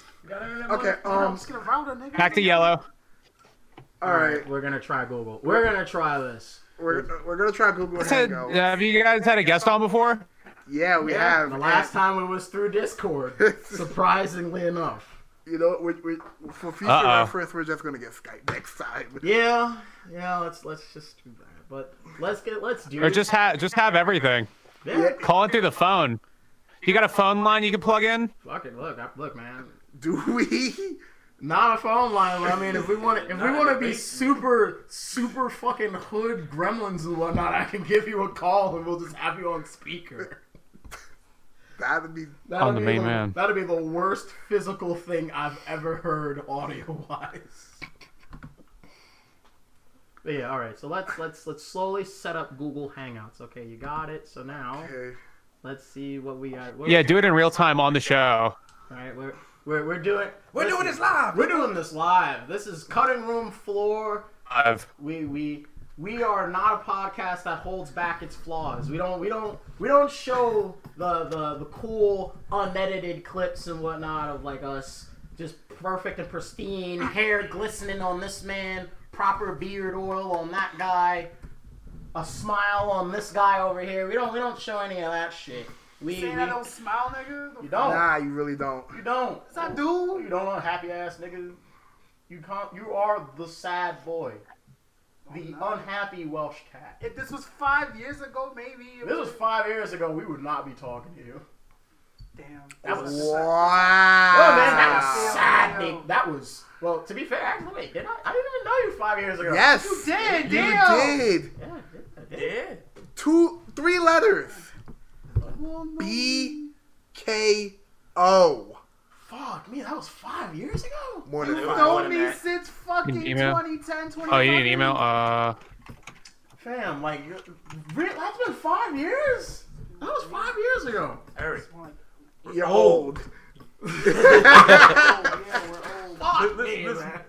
Okay, um,
Just get a router, nigga.
Back to yellow.
all right.
We're gonna try Google. We're gonna try this.
We're, we're gonna try Google
Said,
Hangout.
uh, have you guys had a guest on before?
Yeah, we have.
The last time it was through Discord, surprisingly enough.
You know, we we for future
Uh-oh.
reference, we're just gonna get Skype next time.
Yeah, yeah. Let's let's just do that. But let's get let's do
Or just have just have everything.
Yeah,
Call it through the phone. You got a phone line you can plug in?
Fuck it. Look, I, look, man.
Do we?
Not a phone line. but I mean, if we want to, if we want to be super, super fucking hood gremlins and whatnot, I can give you a call and we'll just have you on speaker.
That'd be.
That'd
On the
be
main man.
That'd be the worst physical thing I've ever heard audio wise. But yeah, all right. So let's let's let's slowly set up Google Hangouts. Okay, you got it. So now
Okay.
let's see what we got. What-
Yeah, do it in real time on the show.
All right, we're we're we're doing
We're doing this live.
We're doing this live. This is cutting room floor.
Live.
We we we are not a podcast that holds back its flaws. We don't we don't we don't show the the, the cool unedited clips and whatnot of like us just perfect and pristine, hair glistening on this man, proper beard oil on that guy, a smile on this guy over here. We don't we don't show any of that shit. We, we
Saying I don't smile, nigga. The
you
fuck?
don't.
Nah, you really don't.
You don't.
Yes, I do.
You don't know happy ass nigga. You come. You are the sad boy, the unhappy Welsh cat.
If this was five years ago, maybe. it
This was
was-
five years ago. We would not be talking to you.
Damn.
That was.
Wow.
Oh man, that was
Ah.
sad. nigga. That was. Well, to be fair, actually, wait, did I? I didn't even know you five years ago.
Yes.
You did,
You
damn.
did.
Yeah, I did, I did.
Yeah.
Two, three letters. B K O.
Fuck me, that was five years ago.
More than
You've
five.
known
Would've
me
been-
since fucking
An email?
2010, 2011.
Oh, you need an email? Uh,
Fam, like, you're- re- that's been five years. That was five years ago.
Eric.
You're old.
Oh, yeah, we're old.
Fuck
Listen,
me,
listen.
man.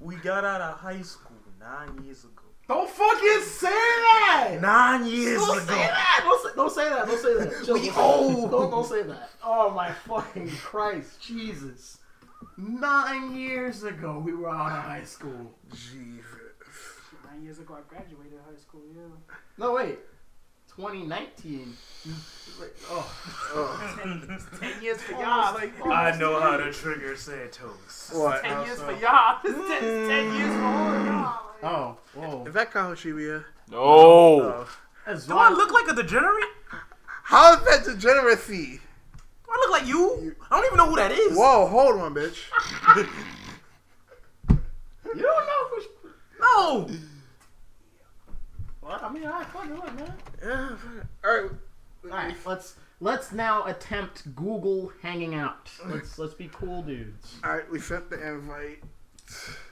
We got out of high school nine years ago.
Don't fucking say that.
Nine years
Don't say
ago.
that! Don't say, don't say that! Don't say that! Chill, don't, Say, don't, don't say that! Oh my fucking Christ, Jesus! Nine years ago, we were out of high school.
Jesus.
Nine years ago, I graduated high school. Yeah.
No wait, 2019. Wait, Oh,
Ten years for
Almost
y'all. Like
I know how to trigger Santos.
What?
ten years for y'all. It's ten, it's ten years for all of y'all. Like,
oh, whoa!
Is that Kahoshibia?
No.
That's
Do I look like a degenerate?
How is that degeneracy?
Do I look like you? I don't even know who that is.
Whoa, hold on, bitch.
You don't know who's.
No.
What? I mean, I fucking look, man.
Yeah, all right.
All right, let's let's now attempt Google hanging out. Let's let's be cool dudes.
All right, we sent the invite.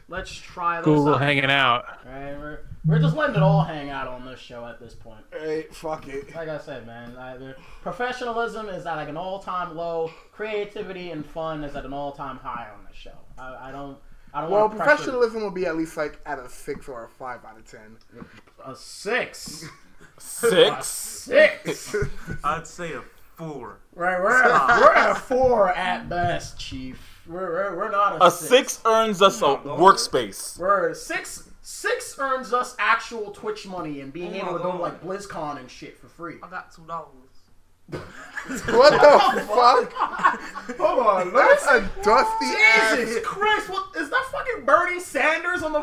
Let's try this.
Google
out.
hanging out.
Right, we're, we're just letting it all hang out on this show at this point.
All right, fuck it.
Like I said, man, I, the- professionalism is at like an all-time low. Creativity and fun is at an all-time high on this show. I, I don't, I don't
Well,
want to pressure
professionalism will be at least like at a six or a five out of ten.
a six,
Six.
six.
I'd say a four.
right, we're at, we're at a four at best, chief. We're we're, we're not a,
A six earns us a workspace.
We're at a six. Six earns us actual Twitch money and
Oh
being able to go to like BlizzCon and shit for free.
I got two dollars.
What the fuck?
Hold on,
That's a dusty ass.
Jesus Christ! What is that fucking Bernie Sanders on the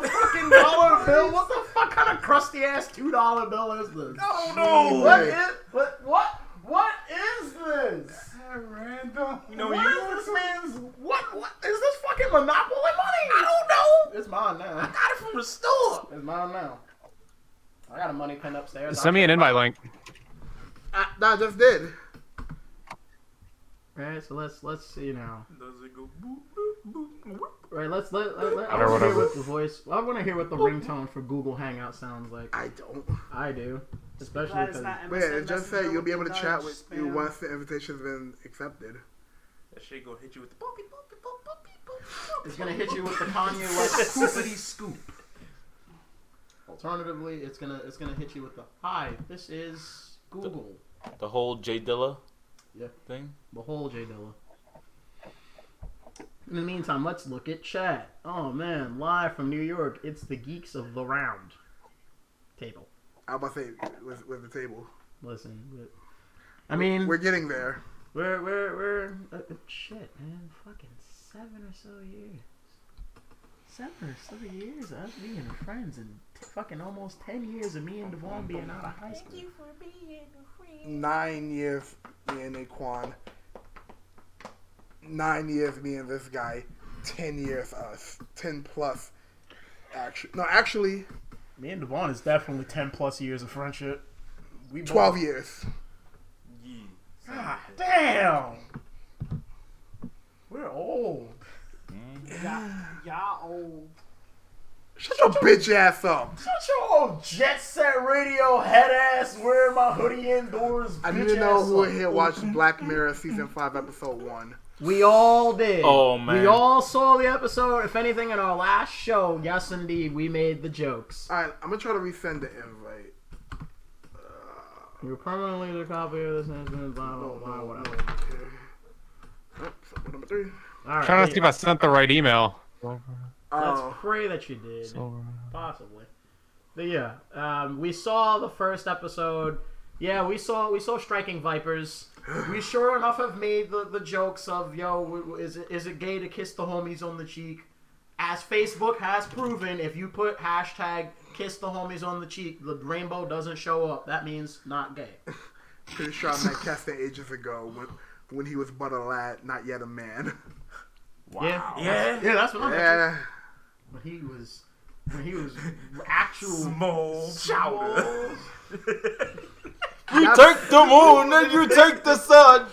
fucking dollar bill? What the fuck kind of crusty ass two dollar bill is this?
Oh no.
What is what what what is this?
Random.
You know
What
you.
is this man's what what is this fucking monopoly money? I don't know. It's mine now.
Got it from the store.
It's mine now. I got a money pin upstairs.
Send me an invite link.
Nah, just did.
Alright, so let's let's see now.
Does it go boop boop boop? boop?
Right, let's let, let, let I
Or
want to hear
whatever.
what the voice. I want to hear what the ringtone for Google Hangout sounds like.
I don't.
I do, especially
Glad it's
because
not
But yeah, it just said you'll be able to chat with you
you
once the invitation's been accepted.
That shit gonna hit you with the boop boop boop boop boop boop.
It's gonna hit you with the Kanye West scoopity scoop. Alternatively, it's gonna it's gonna hit you with the hi. This is Google.
The whole J Dilla
Yeah.
thing.
The whole J Dilla. In the meantime, let's look at chat. Oh man, live from New York, it's the geeks of the round table.
I'm about to say with, with the table.
Listen, but- I mean,
We're getting there.
We're we're we're uh, uh, shit, man. Fucking seven or so years. Seven or so years of us being friends and t- fucking almost ten years of me and Devon being out of high school.
Nine years me and Naquan. Nine years me and this guy. Ten years us. Ten plus. Actually, no, actually,
Me and Devon is definitely ten plus years of friendship. We both-
twelve years.
God damn. We're old.
Y'all old.
Shut your bitch ass up.
Such your old jet set radio head ass wearing my hoodie indoors.
I need
bitch
to know
ass
who
up.
in here watched Black Mirror season five, episode one.
We all did.
Oh, man.
We all saw the episode. If anything, in our last show, yes, indeed, we made the jokes.
All right, I'm gonna try to resend the invite.
You're permanently the copy of this and blah blah
Oh,
blah,
no, no.
whatever.
Okay. Oh, so number three.
All right,
Trying to
yeah.
see if I sent the right email.
Let's
Oh,
pray that you did, possibly. But yeah, um, we saw the first episode. Yeah, we saw we saw striking vipers. We sure enough have made the, the jokes of yo, w- w- is it, is it gay to kiss the homies on the cheek? As Facebook has proven, if you put hashtag kiss the homies on the cheek, the rainbow doesn't show up. That means not gay.
pretty sure I met Keston ages ago when when he was but a lad, not yet a man.
Yeah,
Yeah.
yeah, that's what I'm. Yeah.
Yeah.
When he was, when he was actual
Small chowder.
You take the moon and you take the sun.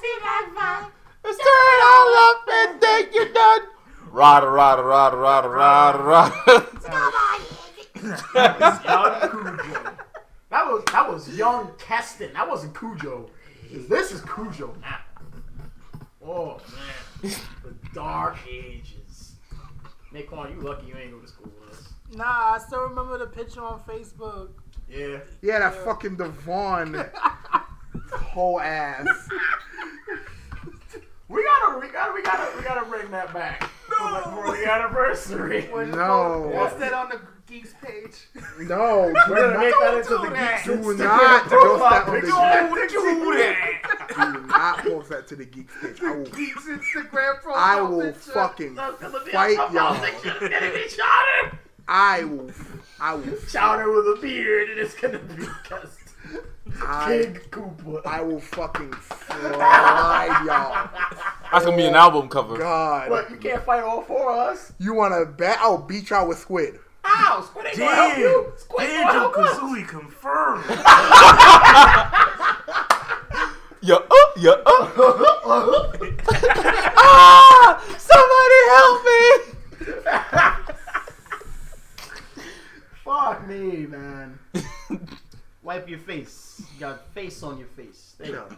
You take everything that seems like fun. Stir it all up and think you're done. Rada, rada, rada, rada, rada, rada.
young Cujo. That was that was young Keston. That wasn't Cujo. This is Cujo now. Oh man, the dark ages. Naquan, you lucky you ain't go to school with us.
Nah, I still remember the picture on Facebook.
Yeah.
Yeah, that fucking Devon whole ass.
We gotta, we gotta, we gotta, we gotta bring that back no! for, the, for the anniversary.
No,
What's that on the Geeks page?
no, do
We're gonna make
not,
that into the geeks.
do not post that on the
Don't
geeks.
do that.
Do not post that to the geeks page. I will,
Geeks Instagram profile
I will
picture.
fucking, Fight
Fight
y'all.
y'all. It's gonna be Chowder.
I will, I will,
Chowder with a beard, and it's gonna be Keston.
I,
Big Koopa.
I will fucking slide y'all.
That's gonna be an album cover.
God,
But you can't fight all four of us.
you wanna bet? I'll beat y'all with squid.
Ow! Squid ain't gonna help you. Squid ain't gonna
Banjo
help us.
Kazooie confirmed.
Yeah, up, yeah, up. uh. Ah,
Fuck me, man. Wipe your face. You got face on your face. There you go.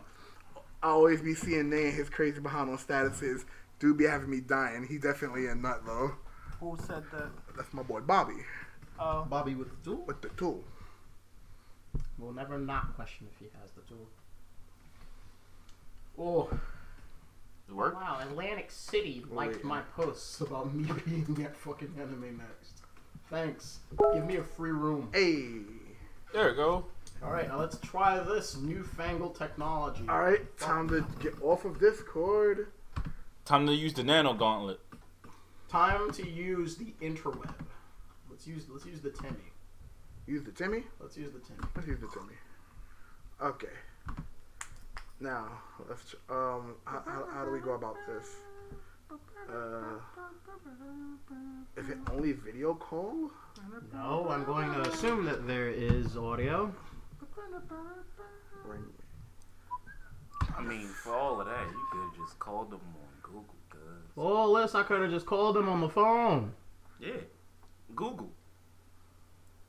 I always be seeing Nay and his crazy behind on statuses. Dude be having me dying. He definitely a nut though.
Who said that?
That's my boy Bobby
Oh.
Bobby with the tool.
with the tool.
We'll never not question if he has the tool. Oh.
work?
Wow, Atlantic City liked my posts about me being at fucking Anime Next. Thanks. Give me a free room.
Hey.
There we go.
Alright, now let's try this newfangled technology.
All right, time to get off of Discord.
Time to use the nano gauntlet.
Time to use the interweb. Let's use let's use the Timmy.
Use the Timmy.
Let's use the Timmy.
Let's use the Timmy. Okay. Now let's. ch- Um. How, how, how do we go about this? Uh. Is it only video call?
No, I'm going to assume that there is audio.
Ring.
I mean, for all of that, you could have just called them on Google, cuz.
Oh, unless I could have just called them on the phone.
Yeah, Google.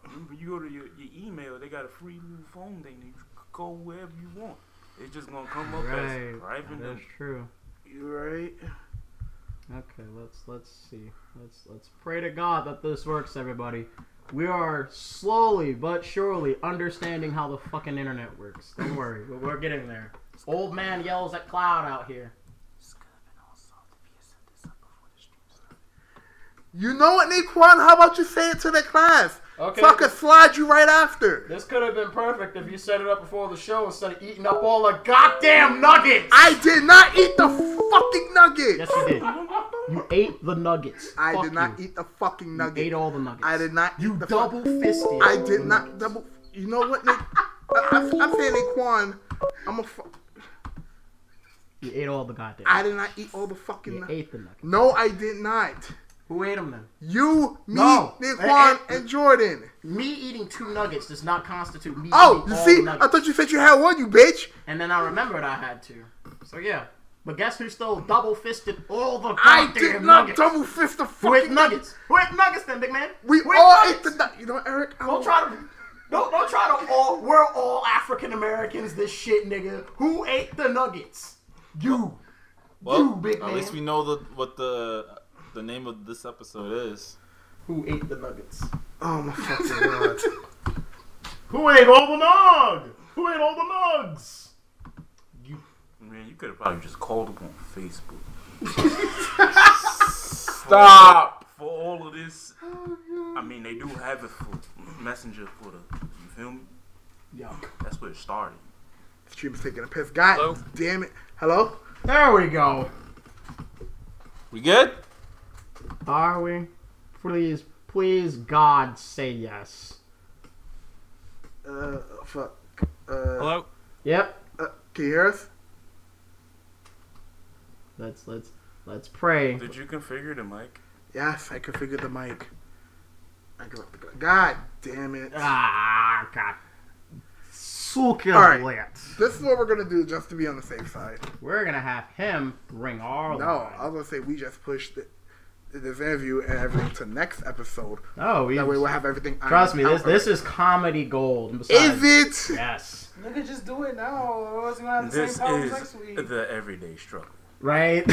Remember, you go to your, your email, they got a free little phone thing that you can call wherever you want. It's just gonna come up as
Right.
private
That's
number.
true.
You right?
Okay, let's let's see. Let's let's pray to God that this works, everybody. We are slowly but surely understanding how the fucking internet works. Don't worry, we're, we're getting there. Old man yells at cloud out here.
Skype and also
You know what, Naquan? How about you say it to the class?
Okay.
So I could slide you right after.
This could have been perfect if you set it up before the show instead of eating up all the goddamn nuggets.
I did not eat the fucking nugget.
yes, you did. You ate the nuggets.
I
Fuck
did not
you.
eat the fucking
You
nugget.
ate all the nuggets.
I did not
You
eat the fuck-
double fisted.
I did not double. You know what, Nick? I, I, I'm saying Naquan. I'm a. Fu-
You ate all the goddamn.
I did not eat all the fucking.
you
nu-
ate the nuggets.
No, I did not.
Who ate them then?
You, me,
No.
Naquan,
Eh, eh.
and Jordan.
Me eating two nuggets does not constitute me.
Oh,
eating
you
all
see?
nuggets.
I thought you said you had one, you bitch.
and then I remembered I had to. So yeah. But guess who still double fisted all the
I
goddamn
did not
nuggets?
double fist the fucking
With nuggets. With nuggets then, big man.
We
With
all
nuggets.
ate the nut. You know, what, Eric. I
Don't try to. Don't, don't try to all. We're all African Americans. This shit, nigga. Who ate the nuggets? You. You,
Well,
big
at least
man.
we know the, what the the name of this episode is.
Who ate the nuggets?
Oh my fucking god.
Who ate all the nog? Who ate all the nugs?
You, man, you could have probably just called him on Facebook. Stop! For all of this, I mean, they do have it for Messenger for the. You feel me?
Yuck.
That's where it started.
Stream is taking a piss. God damn it. Hello?
There we go.
We good?
Are we? Please, please, God, say yes.
Uh, fuck. Uh,
Hello.
Yep.
uh, can you hear us?
Let's let's let's pray.
Did you configure the mic?
Yes, I configured the mic. I got the God damn it.
Ah, God. Suck
All right.
lips.
This is what we're gonna do just to be on the safe side.
We're gonna have him ring our
No, I was
line.
gonna say we just pushed th- this interview and everything to next episode.
No, we,
That way we'll have everything. ironed
trust me. This
out
this is comedy gold. And besides,
Is it?
Yes.
Nigga, just do it now. Or else we're gonna have the
This is
same problems next week.
the everyday struggle.
Right?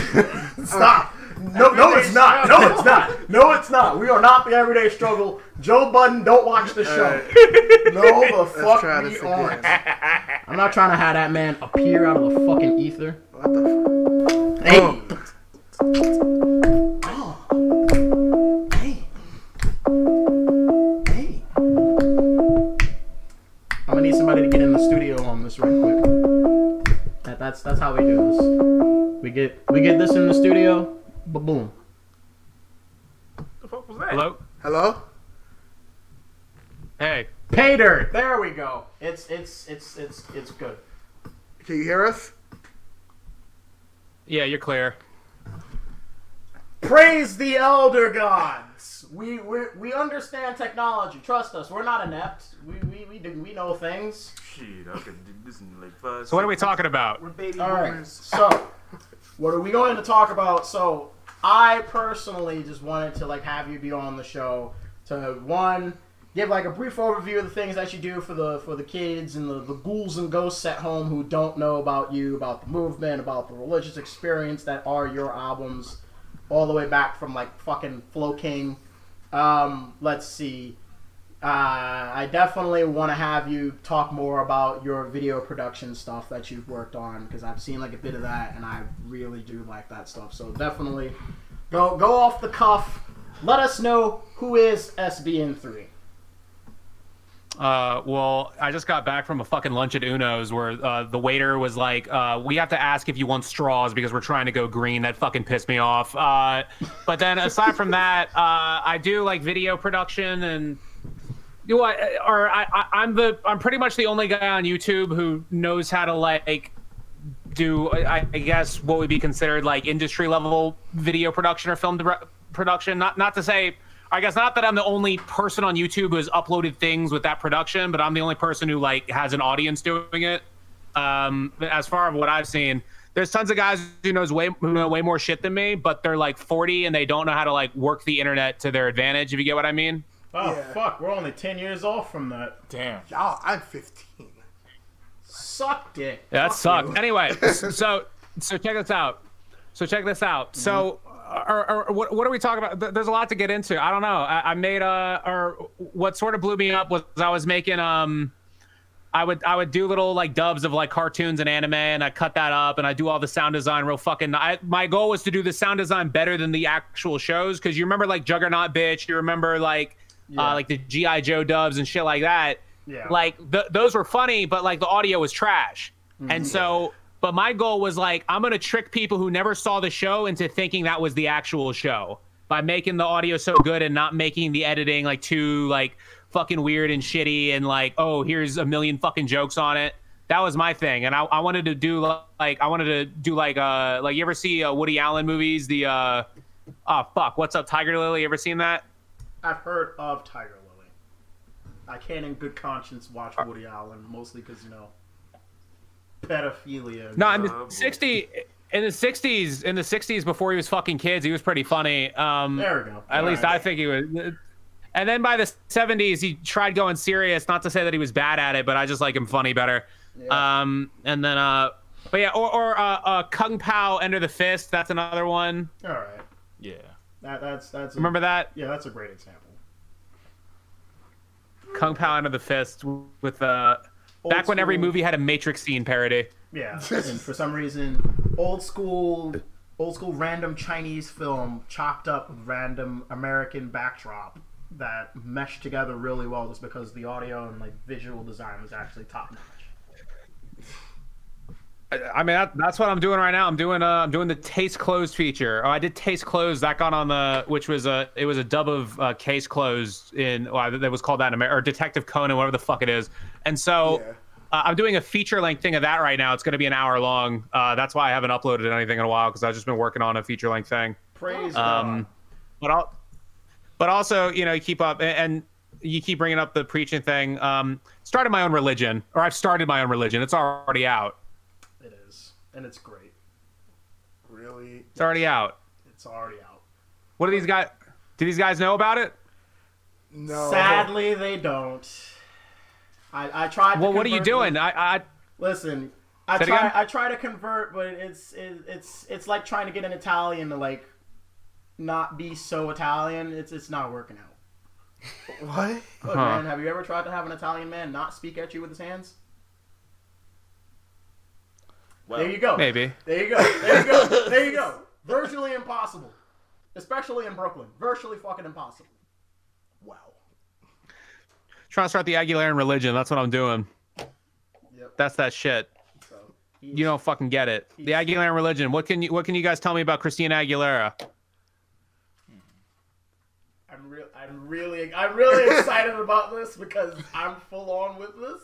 Stop. No, no, it's not. No, it's not. No, it's not. We are not the everyday struggle. Joe Budden, don't watch the show. No, the
Let's
fuck
try
we
this
aren't.
again.
I'm not trying to have that man appear out of the fucking ether.
What the f-
Hey.
Oh.
Oh. Hey. Hey. I'm gonna need somebody to get in the studio on this right quick. That, that's that's how we do this. We get we get this in the studio, ba boom.
The fuck was that?
Hello.
Hello?
Hey.
Pay dirt. There we go. It's it's it's it's it's good.
Can you hear us?
Yeah, you're clear.
Praise the elder gods. We we we understand technology. Trust us. We're not inept. We we we do, we know things.
Shit, I could do this in like five.
So what are we talking about?
All right. So, what are we going to talk about? So, I personally just wanted to like have you be on the show to one give like a brief overview of the things that you do for the for the kids and the, the ghouls and ghosts at home who don't know about you, about the movement, about the religious experience that are your albums, all the way back from like fucking Flow King. Um, let's see. Uh, I definitely want to have you talk more about your video production stuff that you've worked on because I've seen like a bit of that and I really do like that stuff. So definitely go go off the cuff. Let us know who is SBN3.
Uh, well, I just got back from a fucking lunch at Uno's where uh, the waiter was like, uh, "We have to ask if you want straws because we're trying to go green." That fucking pissed me off. Uh, but then aside from that, uh, I do like video production and you know, I- or I, I, I'm the I'm pretty much the only guy on YouTube who knows how to like do I, I guess what would be considered like industry level video production or film dir- production. Not not to say I guess not that I'm the only person on YouTube who has uploaded things with that production, but I'm the only person who like has an audience doing it. Um, as far as what I've seen, there's tons of guys who knows way who know way more shit than me, but they're like 40 and they don't know how to like work the internet to their advantage. If you get what I mean.
Oh
Yeah.
fuck, we're only ten years off from that.
Damn.
Y'all, I'm 15.
Suck dick.
Yeah, that
Fuck
sucked.
you.
Anyway, so so check this out. So check this out. So,
Mm-hmm.
or, or, what what are we talking about? Th- There's a lot to get into. uh, I don't know. I, I made a or what sort of blew me up was I was making um I would I would do little like dubs of like cartoons and anime, and I cut that up, and I do all the sound design real fucking. I, my goal was to do the sound design better than the actual shows because you remember like Juggernaut bitch, you remember like uh, like the GI Joe dubs and shit like that.
Yeah.
Like th- those were funny, but like the audio was trash, and so. But my goal was like I'm gonna trick people who never saw the show into thinking that was the actual show by making the audio so good and not making the editing like too like fucking weird and shitty and like oh here's a million fucking jokes on it that was my thing and i, I wanted to do like i wanted to do like uh like you ever see uh, woody allen movies the uh oh fuck what's up tiger lily you ever seen that
I've heard of Tiger Lily. I can't, in good conscience, watch
Uh,
Woody Allen mostly because you know pedophilia.
no in the
Oh, boy.
60 in the 60s in the 60s before he was fucking kids he was pretty funny um
there we go.
At least
All right.
I think he was. uh, And then by the 70s, he tried going serious. Not to say that he was bad at it, but I just like him funny better. Um, and then, uh, but yeah, or, or uh, uh, Kung Pao Enter the Fist. That's another one.
All right.
Yeah.
That, that's that's. A,
Remember that?
Yeah, that's a great example.
Kung Pao Enter the Fist with uh,
Old
back when every
school-
movie had a Matrix scene parody.
Yeah, and for some reason, old school, old school random Chinese film chopped up with random American backdrop that meshed together really well, just because the audio and like visual design was actually top notch.
I, I mean, that, that's what I'm doing right now. I'm doing uh, I'm doing the Taste Closed feature. Oh, I did Taste Closed. That got on the which was a it was a dub of uh, Case Closed in well, that was called that in America or Detective Conan, whatever the fuck it is. And so.
Yeah.
Uh, I'm doing a feature length thing of that right now. It's going to be an hour long. Uh, that's why I haven't uploaded anything in a while because I've just been working on a feature length thing.
Praise
Um, but I'll, but also, you know, you keep up and you keep bringing up the preaching thing. Um, started my own religion, or I've started my own religion. It's already out.
God, it is, and it's great.
Really?
It's already out.
It's already out.
What do these guys? Do these guys know about it?
No.
Sadly, they don't. I, I tried. to
Well, what are you
convert them.
doing? I, I
Listen, I
Say it
try.
again?
I try to convert, but it's it, it's it's like trying to get an Italian to like not be so Italian. It's it's not working out.
What?
Look,
Huh.
man, have you ever tried to have an Italian man not speak at you with his hands?
Well,
There you go.
maybe.
There you go. There you go. There you go. Virtually impossible, especially in Brooklyn. Virtually fucking impossible. Wow.
Trying to start the Aguileran religion. That's what I'm doing.
Yep.
That's that shit.
So
You don't fucking get it. The Aguileran religion. What can you What can you guys tell me about Christina Aguilera?
I'm real. I'm really. I'm really excited about this because I'm full on with this.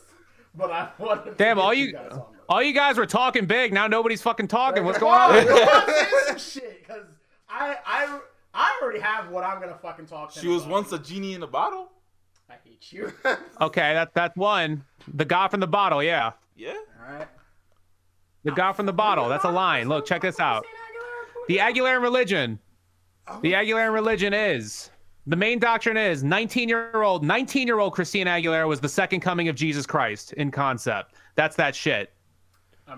But I want to.
Damn,
get
all you
guys on this.
all you guys were talking big. Now nobody's fucking talking. What's going on?
on? Oh, shit, because I, I, I already have what I'm gonna fucking talk. to
She was
about.
once a genie in a bottle.
I hate you.
Okay, that that's one. The guy from the bottle. Yeah,
Yeah.
Alright.
the guy from the bottle. That's a line. Look, check this out. The Aguileran religion. The Aguileran religion is the main doctrine is 19 year old 19 year old Christina Aguilera was the second coming of Jesus Christ in concept. That's that shit.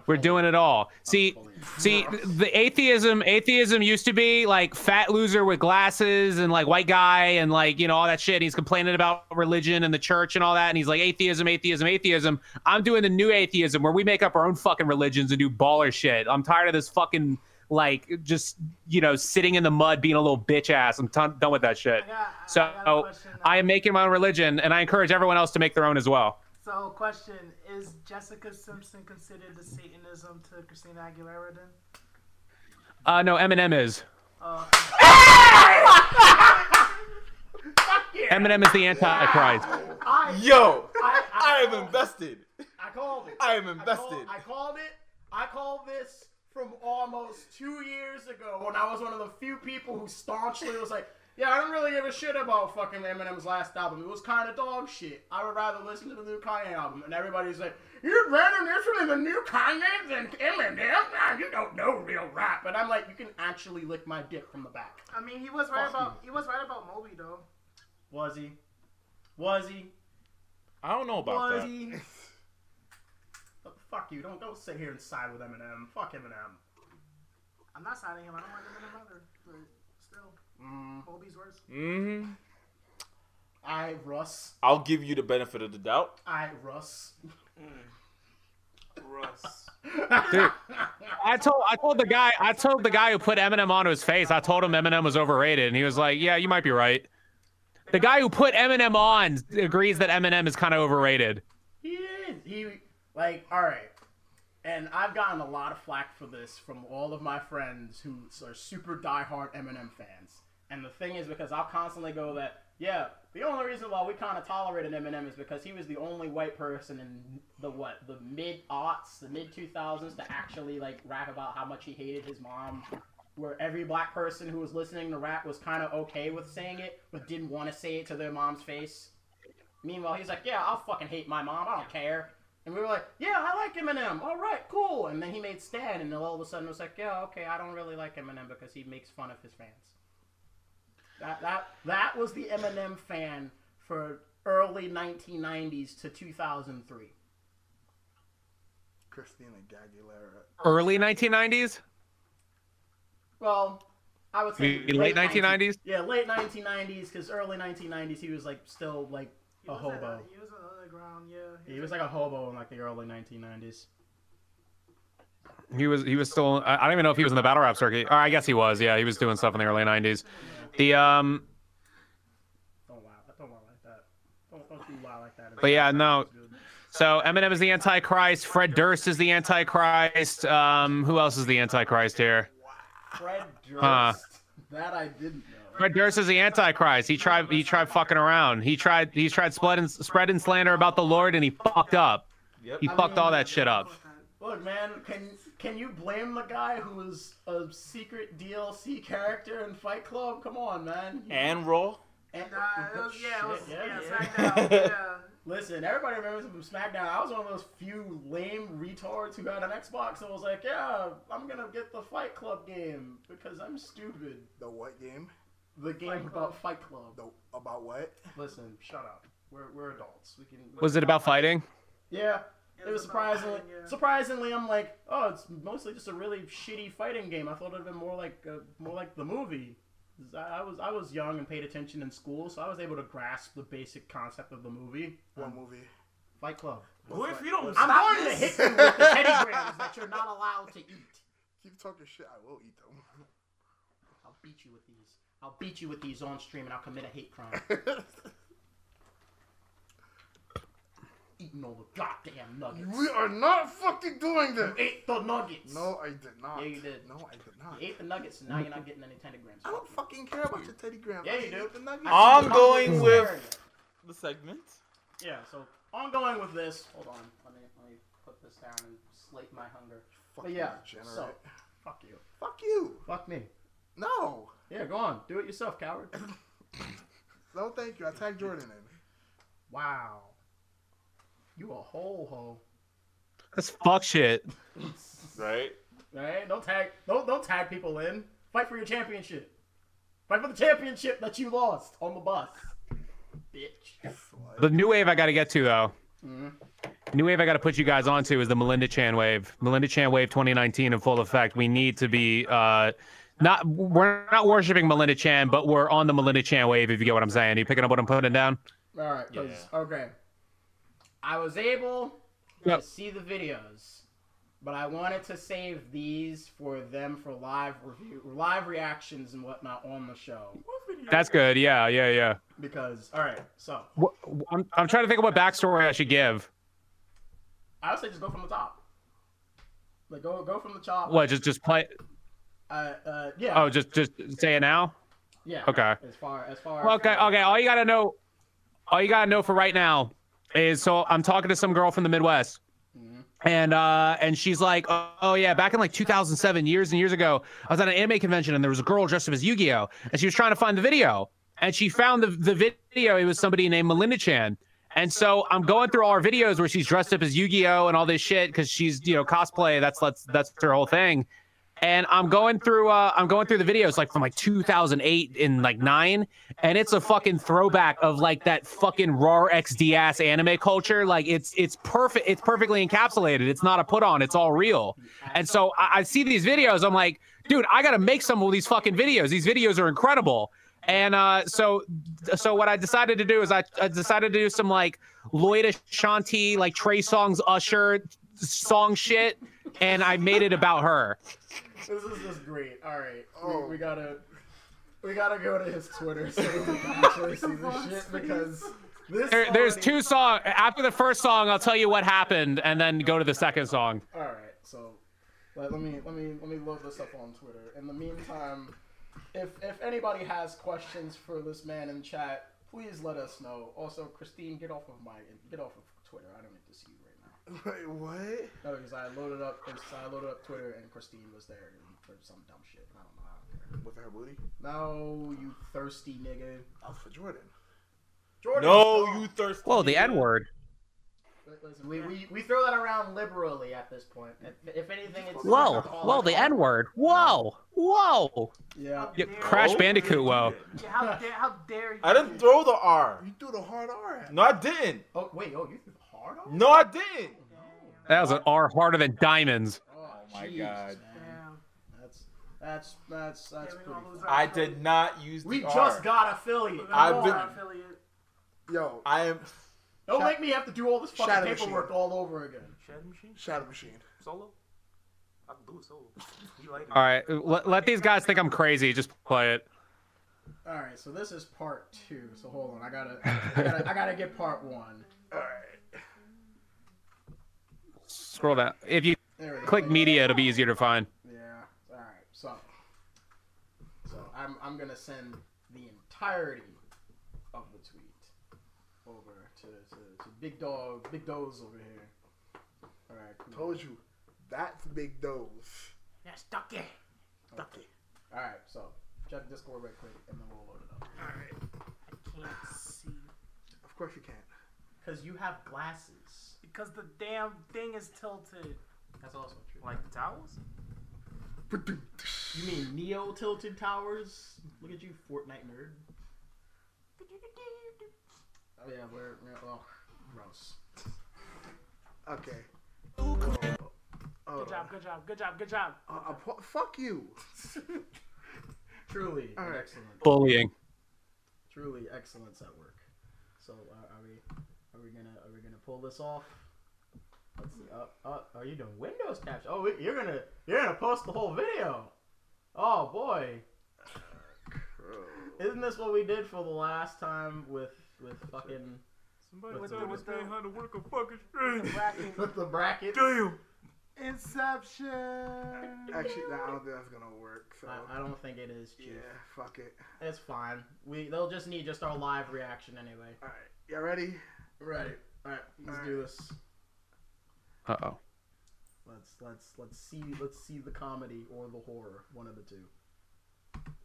We're doing it all. See, see, the atheism atheism used to be like fat loser with glasses and like white guy and like you know all that shit. He's complaining about religion and the church and all that, and he's like atheism, atheism, atheism. I'm doing the new atheism where we make up our own fucking religions and do baller shit. I'm tired of this fucking like just you know sitting in the mud being a little bitch ass. I'm ton- done with that shit. So
I got a question now.
I am making my own religion, and I encourage everyone else to make their own as well.
So, question is Jessica Simpson considered the Satanism to Christina Aguilera? Then
Uh, no, Eminem is. Eminem is the antichrist.
I,
Yo,
I,
I am invested.
I called it.
I
I
am
called,
invested.
I called it. I called this from almost two years ago when I was one of the few people who staunchly was like, "Yeah, I don't really give a shit about fucking Eminem's last album. It was kind of dog shit. I would rather listen to the new Kanye album." And everybody's like, "You're better listen to the new Kanye than Eminem? Nah, you don't know real rap." And I'm like, "You can actually lick my dick from the back."
I mean, he was right
Fuck
about he was right about Moby though.
Was he? Was he?
I don't know about
Was
that.
he? But Fuck you! Don't don't sit here and side with Eminem. Fuck Eminem.
I'm not signing him. I don't like him in another, but still, Moby's worse.
Mm-hmm.
Mm. I Russ.
I'll give you the benefit of the doubt.
I Russ.
Russ.
Dude, I told I told the guy I told the guy who put Eminem onto his face. I told him Eminem was overrated, and he was like, "Yeah, you might be right." The guy who put Eminem on agrees that Eminem is kind of overrated.
He did. He like all right. And I've gotten a lot of flack for this from all of my friends who are super diehard Eminem fans. And the thing is, because I'll constantly go that, yeah, the only reason why we kind of tolerated Eminem is because he was the only white person in the what, the mid aughts, the mid 2000s to actually like rap about how much he hated his mom. Where every black person who was listening to rap was kind of okay with saying it, but didn't want to say it to their mom's face. Meanwhile, he's like, yeah, I'll fucking hate my mom. I don't care. And we were like, yeah, I like Eminem. All right, cool. And then he made Stan, and then all of a sudden it was like, yeah, okay, I don't really like Eminem because he makes fun of his fans. That that that was the Eminem fan for early 1990s to 2003.
Christina Aguilera.
Early 1990s,
Well, I would say
Maybe late 1990s?
Yeah, late 1990s because early 1990s he was like still like a
was at-
hobo.
He was on the ground, yeah.
He was like a hobo in like the early 1990s.
he was he was still. I I don't even know if he was in the battle rap circuit. Or I guess he was. Yeah, he was doing stuff in the early 90s. The um,
Don't lie. Oh, Don't lie like that. Don't, don't you lie like that.
But yeah, no. So Eminem is the Antichrist. Fred Durst is the Antichrist. Um, who else is the Antichrist here?
Fred Durst.
Huh.
That I didn't know.
Fred Durst is the Antichrist. He tried. He tried fucking around. He tried. He tried spreading spreading slander about the Lord, and he fucked up. He fucked all that shit up.
Look, man, can can you blame the guy who was a secret DLC character in Fight Club? Come on, man.
And Raw.
Oh, And-
Nah, uh, it was, yeah, it was,
Shit,
yeah,
yeah, yeah.
SmackDown, yeah.
Listen, everybody remembers him from SmackDown. I was one of those few lame retards who got an Xbox and was like, "Yeah, I'm gonna get the Fight Club game because I'm stupid."
The what game?
The game about Fight Club.
The about what?
Listen, shut up. We're, we're adults. We can.
Was it about fighting?
Yeah. It was
about
surprisingly
fighting, yeah.
surprisingly I'm like, oh, it's mostly just a really shitty fighting game. I thought it'd been more like uh, more like the movie. 'Cause I I was I was young and paid attention in school, so I was able to grasp the basic concept of the movie. Um,
What movie?
Fight Club.
Boy, if you don't
I'm
stop
going
this,
to hit you with the Teddy Grahams that you're not allowed to eat.
Keep talking shit. I will eat them.
I'll beat you with these. I'll beat you with these on stream, and I'll commit a hate crime. Eating all the goddamn nuggets.
we are not fucking doing this.
Ate the nuggets.
No, I did not.
Yeah, you did.
No, I did not.
You ate the nuggets, and now you're not getting any Teddy Grahams.
I don't fucking care about your Teddy Graham.
Yeah,
I
you
didn't
do.
eat the nuggets.
I'm going with the segment.
Yeah, so ongoing with this. Hold on, let me let me put this down and slate my hunger.
Fucking
but yeah,
degenerate.
so fuck you,
Fuck you.
fuck me.
No.
Yeah, go on, do it yourself, coward.
No, thank you. I tagged Jordan in.
wow, you a whole hoe.
That's fuck shit.
Right.
Right? Don't tag. Don't don't tag people in. Fight for your championship. Fight for the championship that you lost on the bus, bitch.
The new wave I got to get to though. New wave I got to put you guys onto is the Melinda Chan wave. Melinda Chan wave 2019 in full effect. We need to be uh, not we're not worshiping Melinda Chan, but we're on the Melinda Chan wave. If you get what I'm saying, you picking up what I'm putting down?
All right, 'cause- okay. I was able
Yep.
to see the videos, but I wanted to save these for them for live review, live reactions and whatnot on the show
That's good. Yeah, yeah, yeah.
because all right. So
Wh- I'm, I'm trying to think of what backstory I should give.
I would say just go from the top. Like go go from the top.
What? Just just play?
Uh, uh, yeah.
Oh, just just say it now.
yeah.
okay.
As far as far.
Okay, okay. All you gotta know, all you gotta know for right now is so I'm talking to some girl from the Midwest, and uh, and she's like, oh, oh, yeah, back in like 2007, years and years ago, I was at an anime convention and there was a girl dressed up as Yu-Gi-Oh, and she was trying to find the video, and she found the the video. It was somebody named Melinda Chan. And so I'm going through all our videos where she's dressed up as Yu-Gi-Oh and all this shit because she's you know cosplay. That's that's that's her whole thing and I'm going through uh I'm going through the videos like from like 2008 and like 9 and it's a fucking throwback of like that fucking raw XDS anime culture like it's it's perfect it's perfectly encapsulated it's not a put on it's all real and so I, I see these videos I'm like dude I gotta make some of these fucking videos these videos are incredible And uh, so, so what I decided to do is I, I decided to do some like Lloyd Ashanti, like Trey Songz, Usher song shit, and I made it about her.
This is just great. All right,
Oh.
we, we gotta we gotta go to his Twitter so we can actually see this shit because this.
There, there's
already-
two songs. After the first song, I'll tell you what happened, and then go to the second song.
All right, so let, let me let me let me load this up on Twitter. In the meantime, if if anybody has questions for this man in chat, please let us know. Also, Christine, get off of my get off of Twitter. I don't need to see you right now.
Wait, what?
No, because I loaded up because I loaded up Twitter and Christine was there and for some dumb shit. I don't know. I don't care.
With her booty?
No, you thirsty nigga.
That was for Jordan.
Jordan.
No, you thirsty.
Whoa, the N word.
Listen, we, we, we throw that around liberally at this point. If, if anything, it's
Whoa, whoa, the N word. Whoa, whoa.
Yeah.
Yeah, Crash Bandicoot. Whoa.
Yeah, how dare how dare you?
I didn't throw the R.
You threw the hard R at me.
No, I didn't.
Oh wait, oh you threw the hard on?
No, I didn't.
That was an R harder than diamonds.
Oh,
my
Jesus,
God.
man.
Damn.
That's that's that's that's
we
pretty.
gonna lose
funny.
our-
I did not use the
We
R.
just got affiliate.
I've
I've
been-
affiliate.
Yo,
I am.
Don't make me have to do all this fucking
Shadow
paperwork
Machine.
all over again.
Shadow Machine?
Shadow Machine.
Solo? I can do it solo. You like it?
All right, let, let these guys think I'm crazy. Just play it.
All right, so this is part two. So hold on, I gotta I gotta, I gotta get part one.
Scroll down. If you
There we go.
click media, it'll be easier to find.
Yeah. All right. So, so I'm I'm gonna send the entirety of the tweet over to, to, to Big Dog Big Doze over here. All right. Cool.
Told you. That's Big Dose.
That's ducky. Ducky.
All right. So check Discord right quick, and then we'll load it up.
I can't see
Of course you can't.
Cause you have glasses.
because the damn thing is tilted.
That's also true.
Like the towels?
You mean Neo Tilted Towers? Look at you, Fortnite nerd. Oh yeah, we're, we're oh gross.
Okay.
Good job. Good job. Good job. Good job.
Uh, uh, pu- fuck you.
Truly
All right.
excellent.
Bullying.
truly excellence at work. So uh, are, are we are we gonna are we gonna pull this off? Let's see. Uh, uh, are you doing Windows capture? Oh, you're gonna you're gonna post the whole video. Oh boy, isn't this what we did for the last time with with fucking
Somebody
What's
tell
up,
this
what's
man
up?
how to work a fucking string.
Bracket.
with the bracket?
Damn.
Inception.
Actually, nah, I don't think that's gonna work. So
I, I don't think it is.
yeah,
Chief.
fuck it.
It's fine. We they'll just need just our live reaction anyway.
All right, y'all ready?
Right. All right. Let's
All
do
right.
this.
Uh oh.
Let's let's let's see let's see the comedy or the horror, one of the two.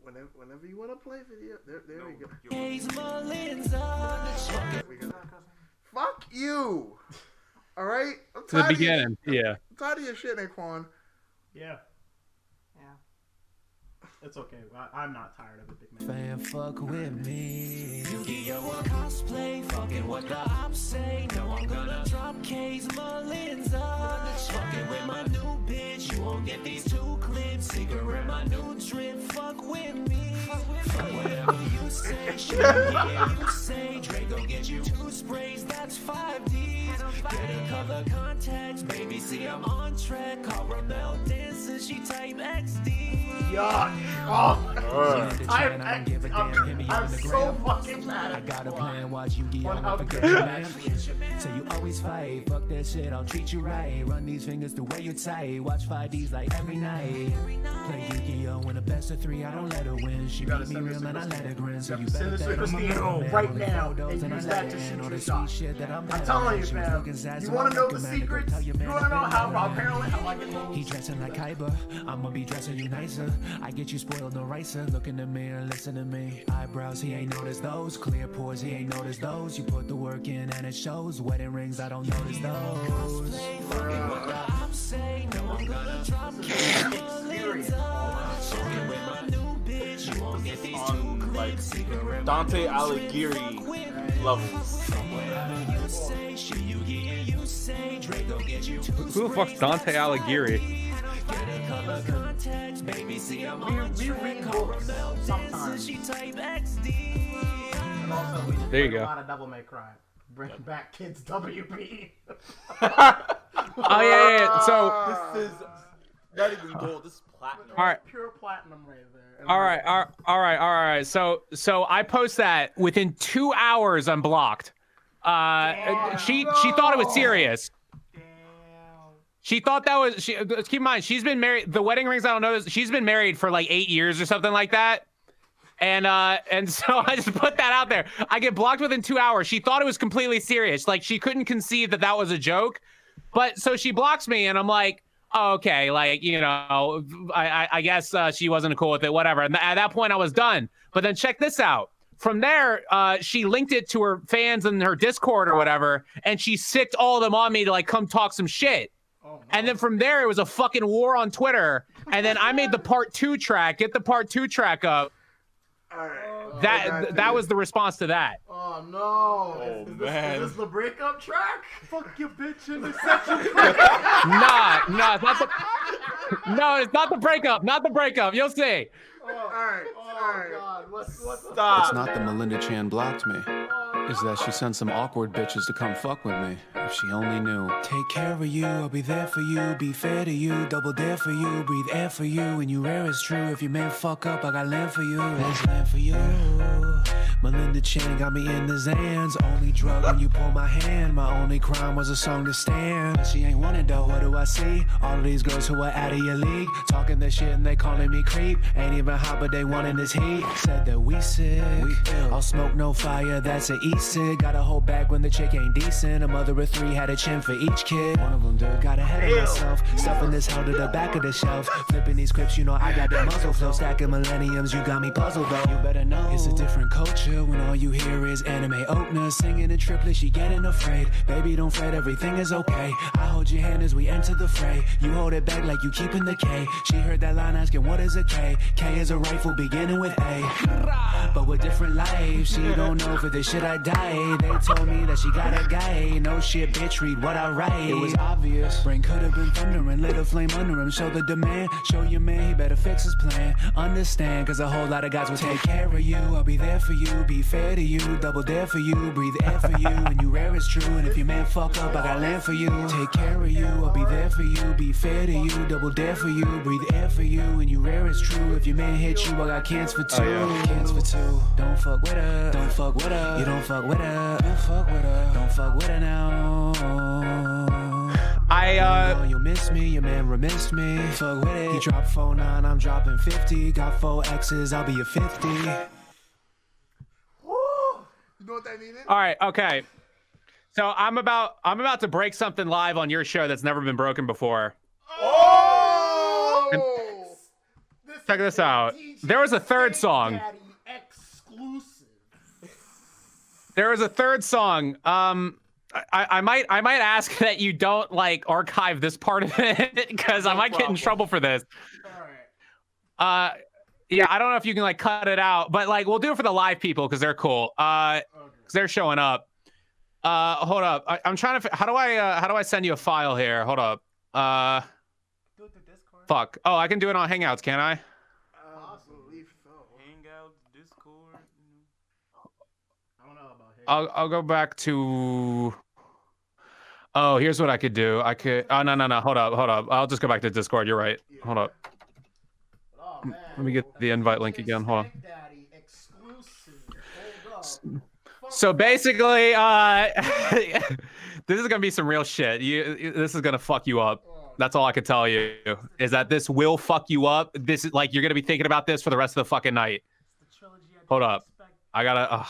Whenever, whenever you wanna play video, there, there we go. We go. Fuck you. All right, I'm
To the
tired of your-
beginning. Yeah.
I'm tired of your shit, Naquan.
Yeah.
Yeah.
It's okay. I, I'm not tired of it, big man.
fuck with me. Yu-Gi-Oh! or cosplay, fucking what the ops say. No, I'm gonna drop K's Melinda. Fucking with my new bitch, you won't get these two clips. Cigarette, my new drip, fuck with me. Fuck whatever you say, shit, yeah, you say. Draco get you two sprays, that's five D's. Get a color contacts, baby, see I'm on track. Caramel dancer, she type XD.
I'm, I'm, I'm, I'm so fucking mad
I
at
got a
this
plan, watch you get
One up.
out and get your man. So you always fight, fuck that shit, I'll treat you right. Run these fingers the way you tight, watch 5Ds like every night. Play Yu-Gi-Oh! in a best of three, I don't let her win. She
gotta
beat me
send this
real
to
and I let
Christine.
her grin. So
You
you
have to send
better
this to
think I'm
Christine
a man,
right
man, with
now
photos
and
I
use that
let
to
her in.
shoot
All
your
the
shot.
sweet shit that I'm
I'm
bad
telling
at.
you,
She was
fam.
looking sad,
You
so
wanna
I
know the
recommend to go
secrets?
tell your man
You wanna
I've
know
been
how
around.
apparently how I get
He
hoes?
dressing like Kyber. I'ma be dressing you nicer. I get you spoiled, no ricer. Look in the mirror, listen to me. Eyebrows, he ain't noticed those. Clear pores, he ain't noticed those. You put the work in and it shows. Wedding rings, I don't notice those.
Experience.
on like Dante Alighieri levels.
Who the fuck's Dante Alighieri?
the context, baby. See, I'm on
we
track.
read
Call
books
her mountains and
sometimes.
she type XD.
And also, we just
There you
put
go.
A lot of double may cry. Bring back kids WB.
Oh yeah, yeah, yeah. So
This is
Uh.
not even gold. This is platinum.
all right.
Pure platinum right there.
All right, all right, all right, all right. So, so I post that within two hours, I'm blocked. Uh, she she thought it was serious. She thought that was she. Keep in mind, she's been married. The wedding rings, I don't know. She's been married for like eight years or something like that. And uh, and so I just put that out there. I get blocked within two hours. She thought it was completely serious. Like she couldn't conceive that that was a joke. But so she blocks me, and I'm like, oh, okay, like you know, I I, I guess uh, she wasn't cool with it, whatever. And at that point, I was done. But then check this out. From there, uh, she linked it to her fans and her Discord or whatever, and she sicked all of them on me to like come talk some shit. And then from there, it was a fucking war on Twitter. And then I made the part two track. Get the part two track up.
Uh,
That
God,
th-
dude.
that was the response to that.
Oh no!
Oh,
is, is
man.
This, is this the breakup track? Fuck you, bitch in the
nah, nah, it's not the. No, it's not the breakup. Not the breakup. You'll see.
Alright,
Oh
alright.
god, what, what the
Stop.
It's not that Melinda Chan blocked me. It's that she sent some awkward bitches to come fuck with me. If she only knew. Take care of you, I'll be there for you, be fair to you, double dare for you, breathe air for you, and you rare is true. If you man fuck up, I got land for you, there's land for you. Melinda Chan got me in the Zans, only drug when you pull my hand. My only crime was a song to stand. She ain't wanted though, what do I see? All of these girls who are out of your league, talking this shit and they calling me creep. Ain't even hot, but they wanting this heat. Said that we sick, I'll smoke no fire, that's an e-cig. Gotta hold back when the chick ain't decent. A mother of three had a chin for each kid. One of them dude got ahead of myself, stuffing this hell to the back of the shelf. Flipping these clips, you know I got that muzzle flow, stacking millenniums. You got me puzzled though. You better know it's a different culture when all you hear is anime opener singing in triplets. You getting afraid, baby? Don't fret, everything is okay. I hold your hand as we enter the fray. You hold it back like you keeping the K. She heard that line asking, "What is a K?" K is a rifle beginning with A, but with different lives. She don't know for this shit I die. They told me that she got a guy. No shit, bitch, read what I write. It was obvious. Brain could have been thundering, lit a flame under him. Show the demand, show your man he better fix his plan. Understand, cause a whole lot of guys will take care of you. I'll be there for you, be fair to you, double dare for you, breathe air for you. And you rare is true, and if your man fuck up, I got land for you. Take care of you, I'll be there for you, be fair to you, double dare for you, breathe air for you. And you rare is true, if your man hit you, I got cans for two. Cans for two. Don't fuck with her, don't fuck with her, you don't fuck with her, don't fuck with her, don't fuck with her now.
I uh,
Oh, you miss me, your man remiss me. Fuck with it. He dropped 4 9, I'm dropping 50. Got 4 X's, I'll be a 50.
You know what that needed?
uh, all right, okay. So I'm about I'm about to break something live on your show that's never been broken before.
Oh!
Check this out. There was a third song.
Daddy exclusive.
There was a third song. Um, I, I might I might ask that you don't like archive this part of it because I might get in trouble for this. Uh, yeah, I don't know if you can like cut it out, but like we'll do it for the live people because they're cool. Uh, 'cause they're showing up. Uh, hold up. I, I'm trying to. fi- How do I uh, how do I send you a file here? Hold up. Uh,
Do it through Discord.
fuck. Oh, I can do it on Hangouts, can I?
Hangout, Discord. you
I don't know about him.
I'll I'll go back to. Oh, here's what I could do. I could. Oh no no no. Hold up hold up. I'll just go back to Discord. You're right. Hold up.
Oh, man.
Let me get the invite link again. Hold on.
Smack Daddy exclusive. Hold up.
So basically, uh, this is gonna be some real shit. You, you- this is gonna fuck you up. That's all I could tell you is that this will fuck you up. This is like you're gonna be thinking about this for the rest of the fucking night. Hold up, I gotta. Uh,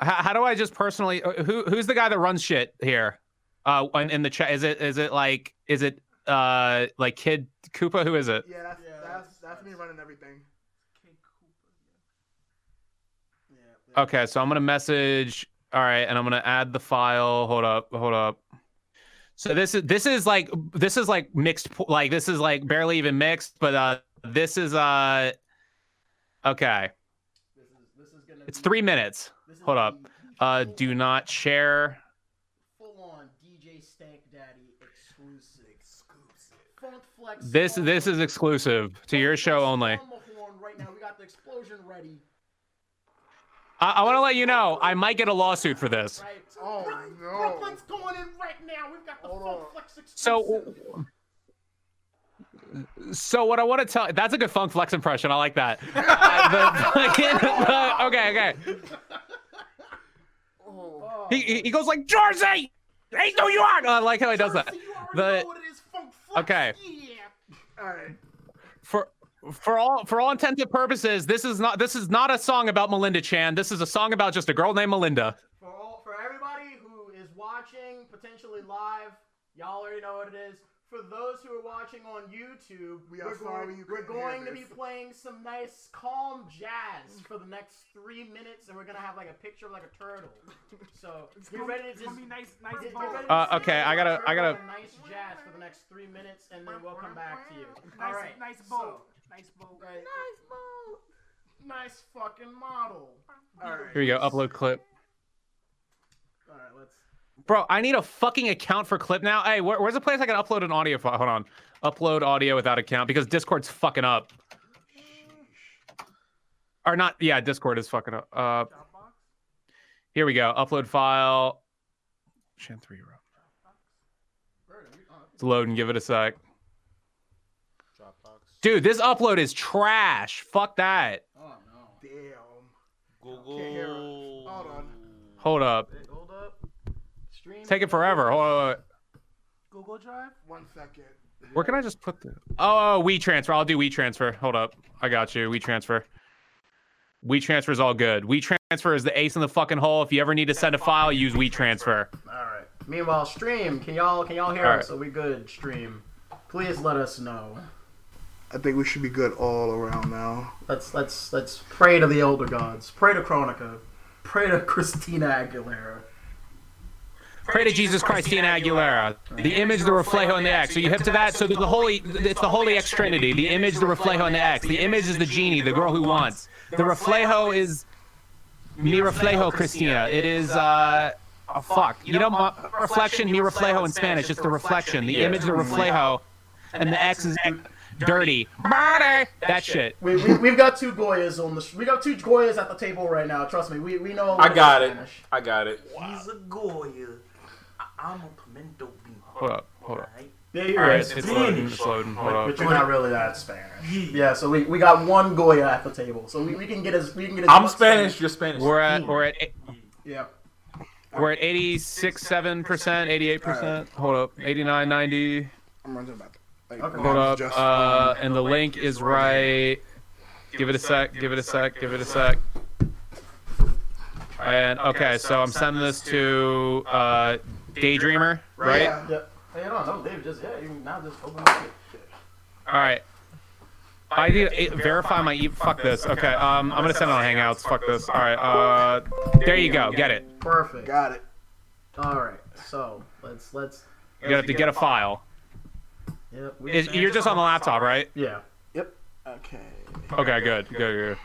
how, how do I just personally? uh, Who who's the guy that runs shit here? Uh, in, in the chat, is it is it like is it uh like Kid Koopa? Who is it?
Yeah, that's, that's, that's me running everything.
Okay, so I'm gonna message. All right, and I'm gonna add the file. Hold up, hold up. So this is this is like this is like mixed po- like this is like barely even mixed, but uh this is uh okay.
This is this is gonna
It's
be-
three minutes.
this is
Hold
gonna
up.
be
Uh, do not share.
Full on on DJ Stank Daddy exclusive. Exclusive. Funk Flex.
This this is exclusive to your show only.
on the horn right now. We got the explosion ready.
I, I want to let you know I might get a lawsuit for this.
Right. Oh no. Brooklyn's going in right now. We've got the Funk Flex exclusive.
So, so what I want to tell that's a good funk flex impression. I like that. Uh, the- the- okay, okay. He, he- he goes like Jersey. Hey, New York. I like how he does that. The okay
Alright.
for for all for all intents and purposes, this is not this is not a song about Melinda Chan. This is a song about just a girl named Melinda.
For all, for everybody who is watching potentially live, y'all already know what it is. For those who are watching on YouTube,
We are
we're
sorry
going,
you
we're
couldn't hear
going to be
this.
playing some nice calm jazz for the next three minutes, and we're gonna have like a picture of like a turtle. So get ready to just.
Be nice, nice
get- get
ball.
ready to
Uh,
sit
okay,
with
I gotta-
a
I gotta-
turtle and Nice jazz for the next three minutes, and then we'll come back to you. All
Nice,
right.
nice
so-
boat. nice boat.
Right. Nice boat. Nice fucking model. All right.
Here we go. Upload clip.
All right. Let's.
Bro, I need a fucking account for clip now. Hey, where, where's a place I can upload an audio file? Hold on. Upload audio without account because Discord's fucking up. Or not, yeah, Discord is fucking up. Uh, here we go. Upload file. Shan 3 row. It's loading. Give it a sec. Dude, this upload is trash. Fuck that.
Oh no.
Damn.
Google.
Hold on.
Uh,
Hold up.
Hold up. Stream.
Take it forever. Hold on.
Google Drive.
One second.
Where can I just put the? Oh, we transfer. I'll do we transfer. Hold up, I got you. We transfer. We transfer is all good. We transfer is the ace in the fucking hole. If you ever need to send a file, use we transfer.
All right. Meanwhile, stream. Can y'all can y'all hear
All
us?
right.
Are we good? Stream. Please let us know.
I think we should be good all around now.
Let's let's let's pray to the older gods. Pray to Chronica. Pray to Christina Aguilera.
Pray to Jesus Christina Aguilera. The image, the reflejo, and the X. So you hip to that. So the holy, it's the holy X Trinity. The image, the reflejo, and the X. The image is the genie, the girl who wants. The reflejo is mi reflejo, Christina. It is uh. Oh, fuck. You know, my, reflection, mi reflejo in Spanish. It's the reflection. The image, the reflejo, and the X is dirty. Murder! That shit.
We, we we've got two Goyas on the sh- we got two Goyas at the table right now. Trust me. We we know. a little
I got it.
Spanish.
I got it.
He's a Goya. I- I'm a pimento bean.
Hold up. Hold up.
Alright?
Yeah, you're
All right,
right.
it's loading. It's loading. Hold up.
But you're not really that Spanish. Yeah. So we, we got one Goya at the table. So we, we can get as we can get as
I'm
much
Spanish. You're Spanish. Hmm.
We're at we're at
Yeah.
we're at 86, seven percent, 88 percent. Hold up, 89, 90.
I'm running back. Like,
Hold
I'm
up.
just-
Uh, and the link is right. Give it a sec. Give it a sec. Give it a sec. And okay, so I'm sending this to uh, Daydreamer, right?
Yeah. Hey, no, no, David, just yeah. You can now just open up.
All right. I need to eh, verify my e- fuck this. Okay, um, I'm gonna send it on Hangouts. Fuck this. All right. Uh, there you go. Get it.
Perfect.
Got it.
All right. So let's let's.
You have to get a file.
Yep. We,
Is- You're just on the laptop, right?
yeah.
Okay.
Okay, good, good, good.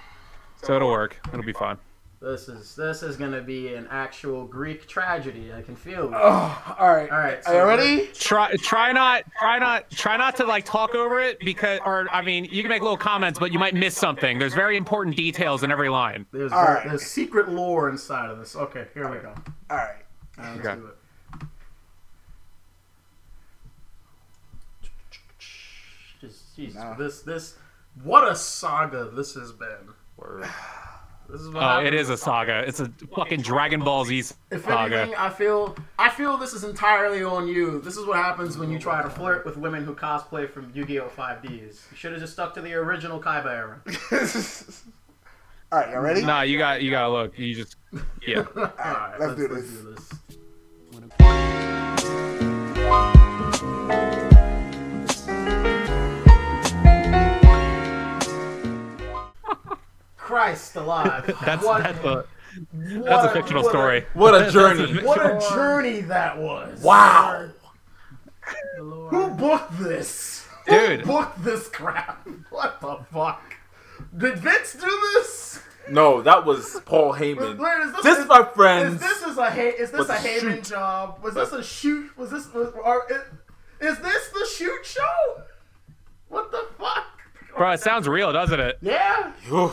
So it'll work. It'll be fine.
This is this is gonna be an actual Greek tragedy. I can feel. it.
Oh, all right.
All right.
Are you ready?
Try, try not, try not, try not to like talk over it because, or I mean, you can make little comments, but you might miss something. There's very important details in every line.
There's
All right.
there's secret lore inside of this. Okay, here we go.
All right.
All right,
Okay.
Let's do it. Just, jeez,
Nah.
this this what a saga this has been. This is what
Oh,
happened.
it is a saga. It's a fucking Dragon Ball Z
If
saga.
anything, I feel I feel this is entirely on you. This is what happens when you try to flirt with women who cosplay from Yu-Gi-Oh! 5Ds. You should have just stuck to the original Kaiba era.
all right. You ready?
Nah, you got, you gotta look. You just, yeah.
All right,
let's do this.
this. Christ alive!
That's
what,
that's a
what
that's a fictional
what
story.
What a
That's
journey.
a-
What a journey that was!
Wow.
Who booked this?
Dude.
Who booked this crap? What the fuck? Did Vince do this?
No, that was Paul Heyman.
Blair, is this,
This, my friends.
Is this is a ha- is this
But
a Haven
shoot.
job? Was this a shoot? Was this was, are, i- is this the shoot show? What the fuck?
Bro, it sounds real, doesn't it?
Yeah,
Whew.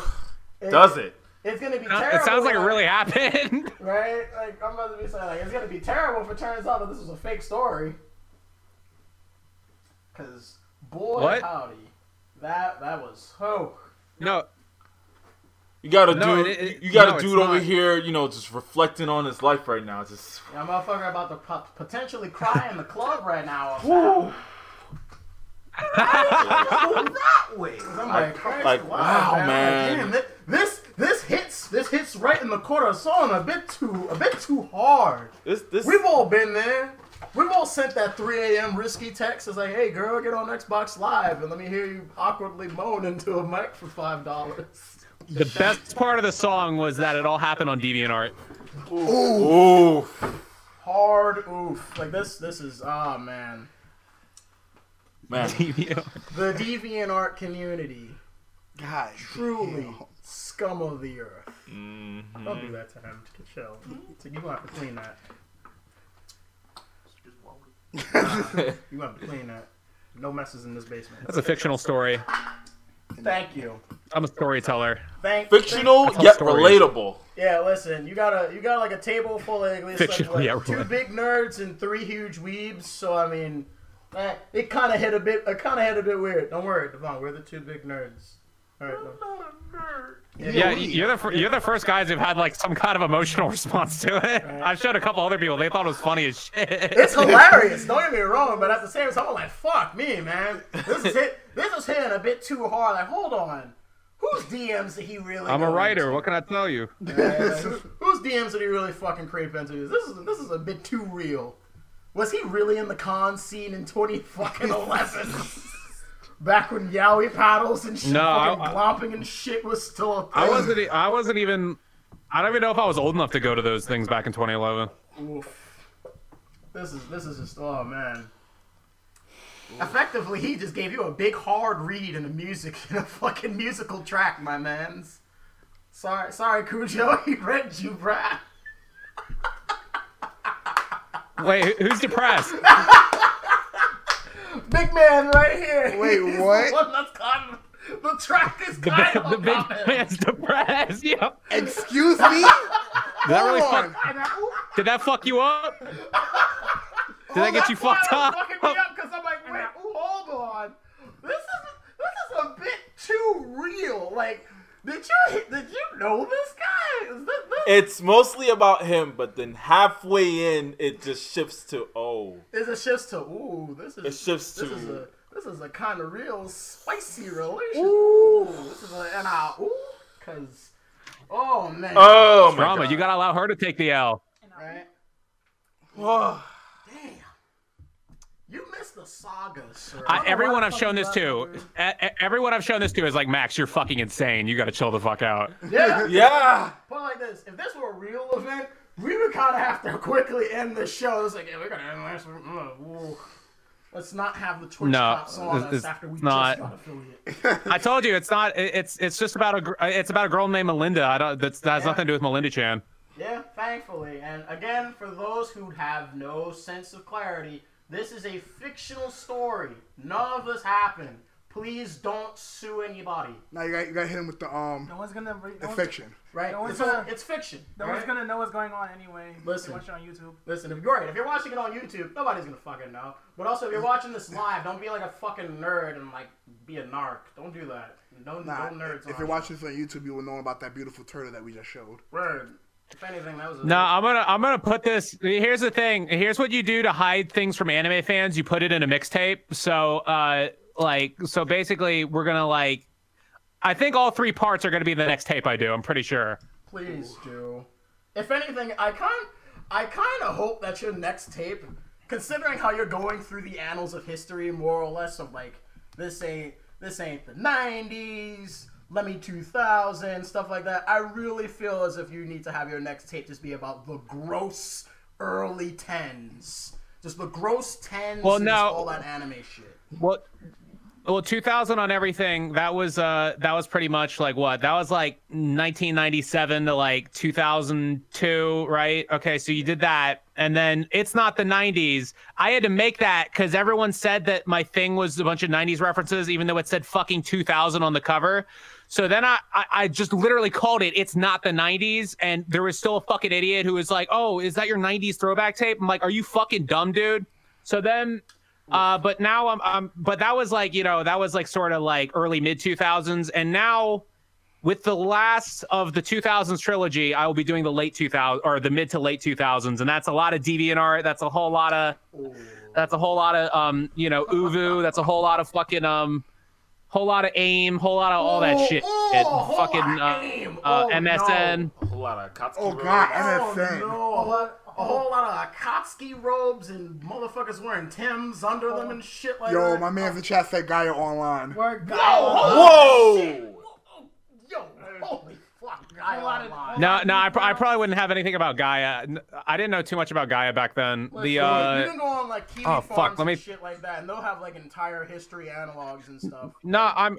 Does it?
it's gonna be terrible.
It sounds like it really happened.
right. Like I'm about to be saying, like it's gonna be terrible if it turns out that this was a fake story. Cause boy
What?
howdy, that that was hope.
No,
You got a
No,
dude.
it- it-
you got a
no, it's
dude over
not.
here. You know, just reflecting on his life right now. Just
Yeah, motherfucker about to po- potentially cry in the club right now. that way. I'm like, Christ,
like, wow, man.
Damn, thi- this this hits this hits right in the corner of song a bit too a bit too hard.
this. This.
We've all been there. We've all sent that 3 a.m. risky text. It's like, hey, girl, get on Xbox Live and let me hear you awkwardly moan into a mic for five dollars.
the best part of the song was that it all happened on DeviantArt.
Ooh.
Hard oof. Like this. This is ah man.
Man.
DeviantArt.
The deviant art community,
God,
truly scum of the earth. Don't do that to him. Chill. So you gonna have to clean that. You gonna have to clean that. No messes in this basement.
That's a fictional story.
Thank you.
I'm a storyteller.
Thank.
Fictional
That's how
yet
stories-
relatable.
Yeah, listen. You got a you got like a table full of at least like,
Fictional,
what,
yeah,
two
right.
big nerds and three huge weebs. So I mean, eh, it kind of hit a bit. It kind of hit a bit weird. Don't worry, Devon. We're the two big nerds. All right. look.
Yeah, you're the fir- you're the first guys who've had like some kind of emotional response to it. I've showed a couple other people; they thought it was funny as shit.
It's hilarious. Don't get me wrong, but at the same time, I'm like, fuck me, man. This is hit. This is hitting a bit too hard. Like, hold on. Whose DMs did he really?
I'm
go
a
into?
writer. What can I tell you?
Whose DMs did he really fucking creep into? This is this is a bit too real. Was he really in the con scene in 20 fucking 11? Back when yaoi paddles and shit,
No, I-
fucking glomping and shit was still a thing.
I wasn't. e- I wasn't even. I don't even know if I was old enough to go to those things back in 2011.
Oof. This is this is just oh man. Effectively, he just gave you a big hard read in a music in a fucking musical track, my man's. Sorry, sorry, Cujo, he read you, bruh.
Wait, who- who's depressed?
Big man right here.
Wait,
He's
what?
The, one that's gotten- the track is
The,
kind
big-
of
the big man's depressed. Yeah.
Excuse me?
Did that really
Hold
fuck? Did that fuck you up? Did that get you fucked up?
fucking me up because I'm like, wait, ooh, hold on. This is this is a bit too real. Like, did you did you know this guy? Is this, this
It's mostly about him, but then halfway in, it just shifts to oh.
There's a shifts to ooh, this is
It shifts
this
to-
is a this is a kind of real spicy relationship. Ooh, this is a and I ooh, cause oh man,
Uh,
Oh my
Drama.
god.
You gotta allow her to take the L.
right? Damn, you missed the saga, sir.
I, everyone I've shown this to, e- e- everyone I've shown this to is like, Max, you're fucking insane. You gotta chill the fuck out.
yeah,
yeah.
put it like this: if this were a real event, we would kind of have to quickly end the show. It's like yeah, we're gonna end this. mm, ooh. Let's not have the Twitch
No,
cops on
it's-
us
it's
after we
not-
just got affiliate.
I told you, it's not. it- It's it's just about a gr- uh, it's about a girl named Melinda. I don't. That's, that has
Yeah.
nothing to do with Melinda Chan.
Yeah, thankfully. And again, for those who have no sense of clarity, this is a fictional story. None of this happened. Please don't sue anybody.
Now you got you got to hit him with the um
No one's gonna. Re- no, one's,
infection.
Right?
No
it's,
one's gonna-
it's fiction.
no one's
right?
gonna know what's going on anyway.
Listen.
Watch it on YouTube.
Listen, if you're right, if you're watching it on YouTube, nobody's gonna fucking know. But also, if you're watching this live, don't be like a fucking nerd and like be a narc. Don't do that. No,
Nah,
no nerds.
if
on
you're
it.
watching this on YouTube, you will know about that beautiful turtle that we just showed.
Word. If anything, that was a
No, I'm gonna I'm gonna put this. Here's the thing. Here's what you do to hide things from anime fans. You put it in a mixtape. So, uh, like, so basically, we're gonna like. I think all three parts are gonna be the next tape I do. I'm pretty sure.
Please do. If anything, I kind I kind of hope that your next tape, considering how you're going through the annals of history, more or less, of like this ain't this ain't the '90s, let me 2000 stuff like that. I really feel as if you need to have your next tape just be about the gross early tens, just the gross tens.
Well,
and
no.
just all that anime shit.
Well, Well, 2000 on everything. That was uh that was pretty much like what? That was like 1997 to like 2002, right? Okay, so you did that and then it's not the 90s. I had to make that cuz everyone said that my thing was a bunch of 90s references even though it said fucking 2000 on the cover. So then I, I, I just literally called it. It's not the 90s. And there was still a fucking idiot who was like, oh, is that your 90s throwback tape? I'm like, are you fucking dumb, dude? So then, uh, but now I'm, I'm, but that was like, you know, that was like sort of like early mid 2000s. And now with the last of the 2000s trilogy, I will be doing the late 2000 or the mid to late 2000s. And that's a lot of DeviantArt. That's a whole lot of, that's a whole lot of, um, you know, Uvu. That's a whole lot of fucking, um, whole lot of aim, whole lot of all
Oh,
that shit. fucking uh, uh, MSN.
A whole lot of Kotsky
Oh
Road.
god,
Oh
MSN.
no! A, lot, a whole lot of Akatsuki robes and motherfuckers wearing Tims under them and shit like
Yo,
that.
my man in the chat said Gaia online.
Where
Yo,
God-
holy shit. Yo, holy fuck, guy
lot of-
online.
No, no, I, pr- I probably wouldn't have anything about Gaia. N- I didn't know too much about Gaia back then. The
you
uh,
can go on like Kiwi
oh,
farms
fuck, let me-
and shit like that, and they'll have like entire history analogs and stuff.
no, I'm,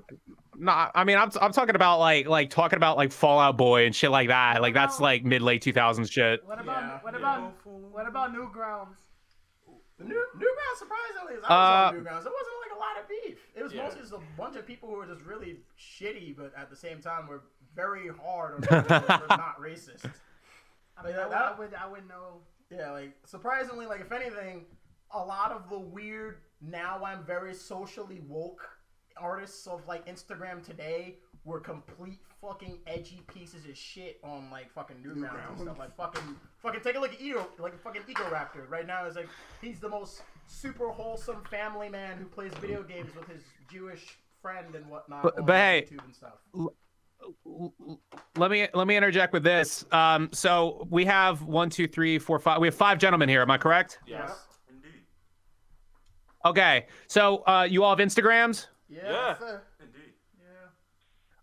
no, I mean, I'm, I'm talking about like, like talking about like Fallout Boy and shit like that. Like that's like mid late 2000s shit.
What about
Yeah,
what
yeah.
about what about Newgrounds?
The new Newgrounds, surprisingly, is I was
Uh,
on Newgrounds. There wasn't like a lot of beef. It was
Yeah.
mostly just a bunch of people who were just really shitty, but at the same time were very hard on people who were not racist.
I mean,
Yeah,
I, would,
that-
I would I would know.
Yeah, like surprisingly, like if anything, a lot of the weird now I'm very socially woke artists of like Instagram today were complete fucking edgy pieces of shit on like fucking Newgrounds and stuff. Like fucking fucking take a look at Edo like fucking Eco Raptor right now is like he's the most super wholesome family man who plays video games with his Jewish friend and whatnot
But-
on
but hey,
YouTube and stuff.
let me let me interject with this. Um, so we have one, two, three, four, five. We have five gentlemen here. Am I correct?
Yes, indeed.
Okay. So uh, you all have Instagrams.
Yeah,
Yeah.
sir.
Indeed.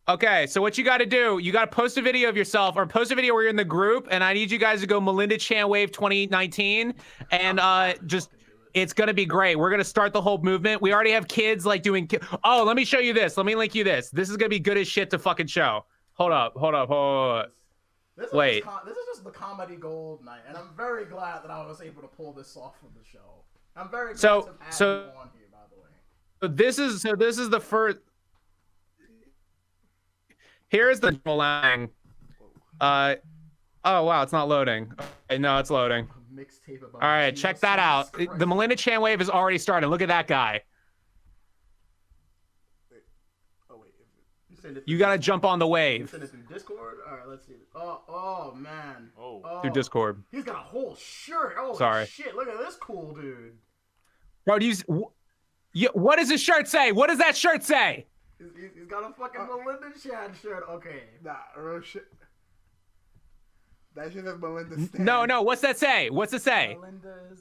Okay, so what you got to do, you got to post a video of yourself or post a video where you're in the group, and I need you guys to go Melinda Chan Wave 2019, and uh, just it's gonna be great. We're gonna start the whole movement. We already have kids like doing. Ki- oh, let me show you this. Let me link you this. This is gonna be good as shit to fucking show. Hold up, hold up, hold up.
This is
Wait.
Just com- this is just the comedy gold night, and I'm very glad that I was able to pull this off from the show. I'm very glad
So-
to have had
so-
you on here, by the way.
So this is so this is the first. Here is the lang. Uh, oh wow, it's not loading. Okay, no, it's loading.
A mixtape about.
All right,
Jesus
check that out.
Christ.
The Melinda Chan wave is already started. Look at that guy.
Oh wait, you send it.
You gotta jump on the
You
wave
send it through Discord. All right, let's see. Oh, oh man.
Oh.
through Discord,
He's got a whole shirt. Oh
Sorry.
shit! Look at this cool dude.
bro. Do you? s- wh- Yeah, what does his shirt say? What does that shirt say?
He's, he's- he's got a fucking Melinda Chad shirt. Okay.
Nah, real shit. That shit says Melinda Stan.
No, no. What's that say? What's it say?
Melinda's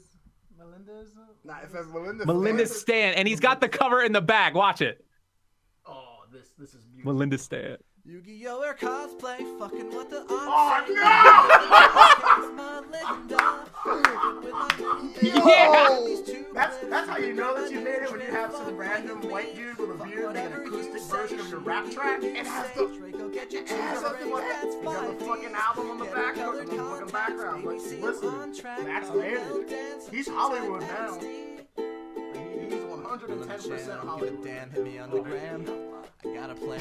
Melinda's.
Nah, it says Melinda
Melinda
Stan.
Stan, and he's got the cover in the back. Watch it.
Oh, this this is beautiful.
Melinda Stan.
Yu-Gi-Oh! or cosplay, fucking what the
Oh,
option.
That's that's how you know that you made it when you have some random white dude with a beard making an acoustic version of your rap track. It has to
It
has something like that. You got the fucking album on the back, look at the fucking background. Like, listen, that's Landon. He's Hollywood now. He- He's 110% Hollywood.
Dan hit me on the gram. I got a plan.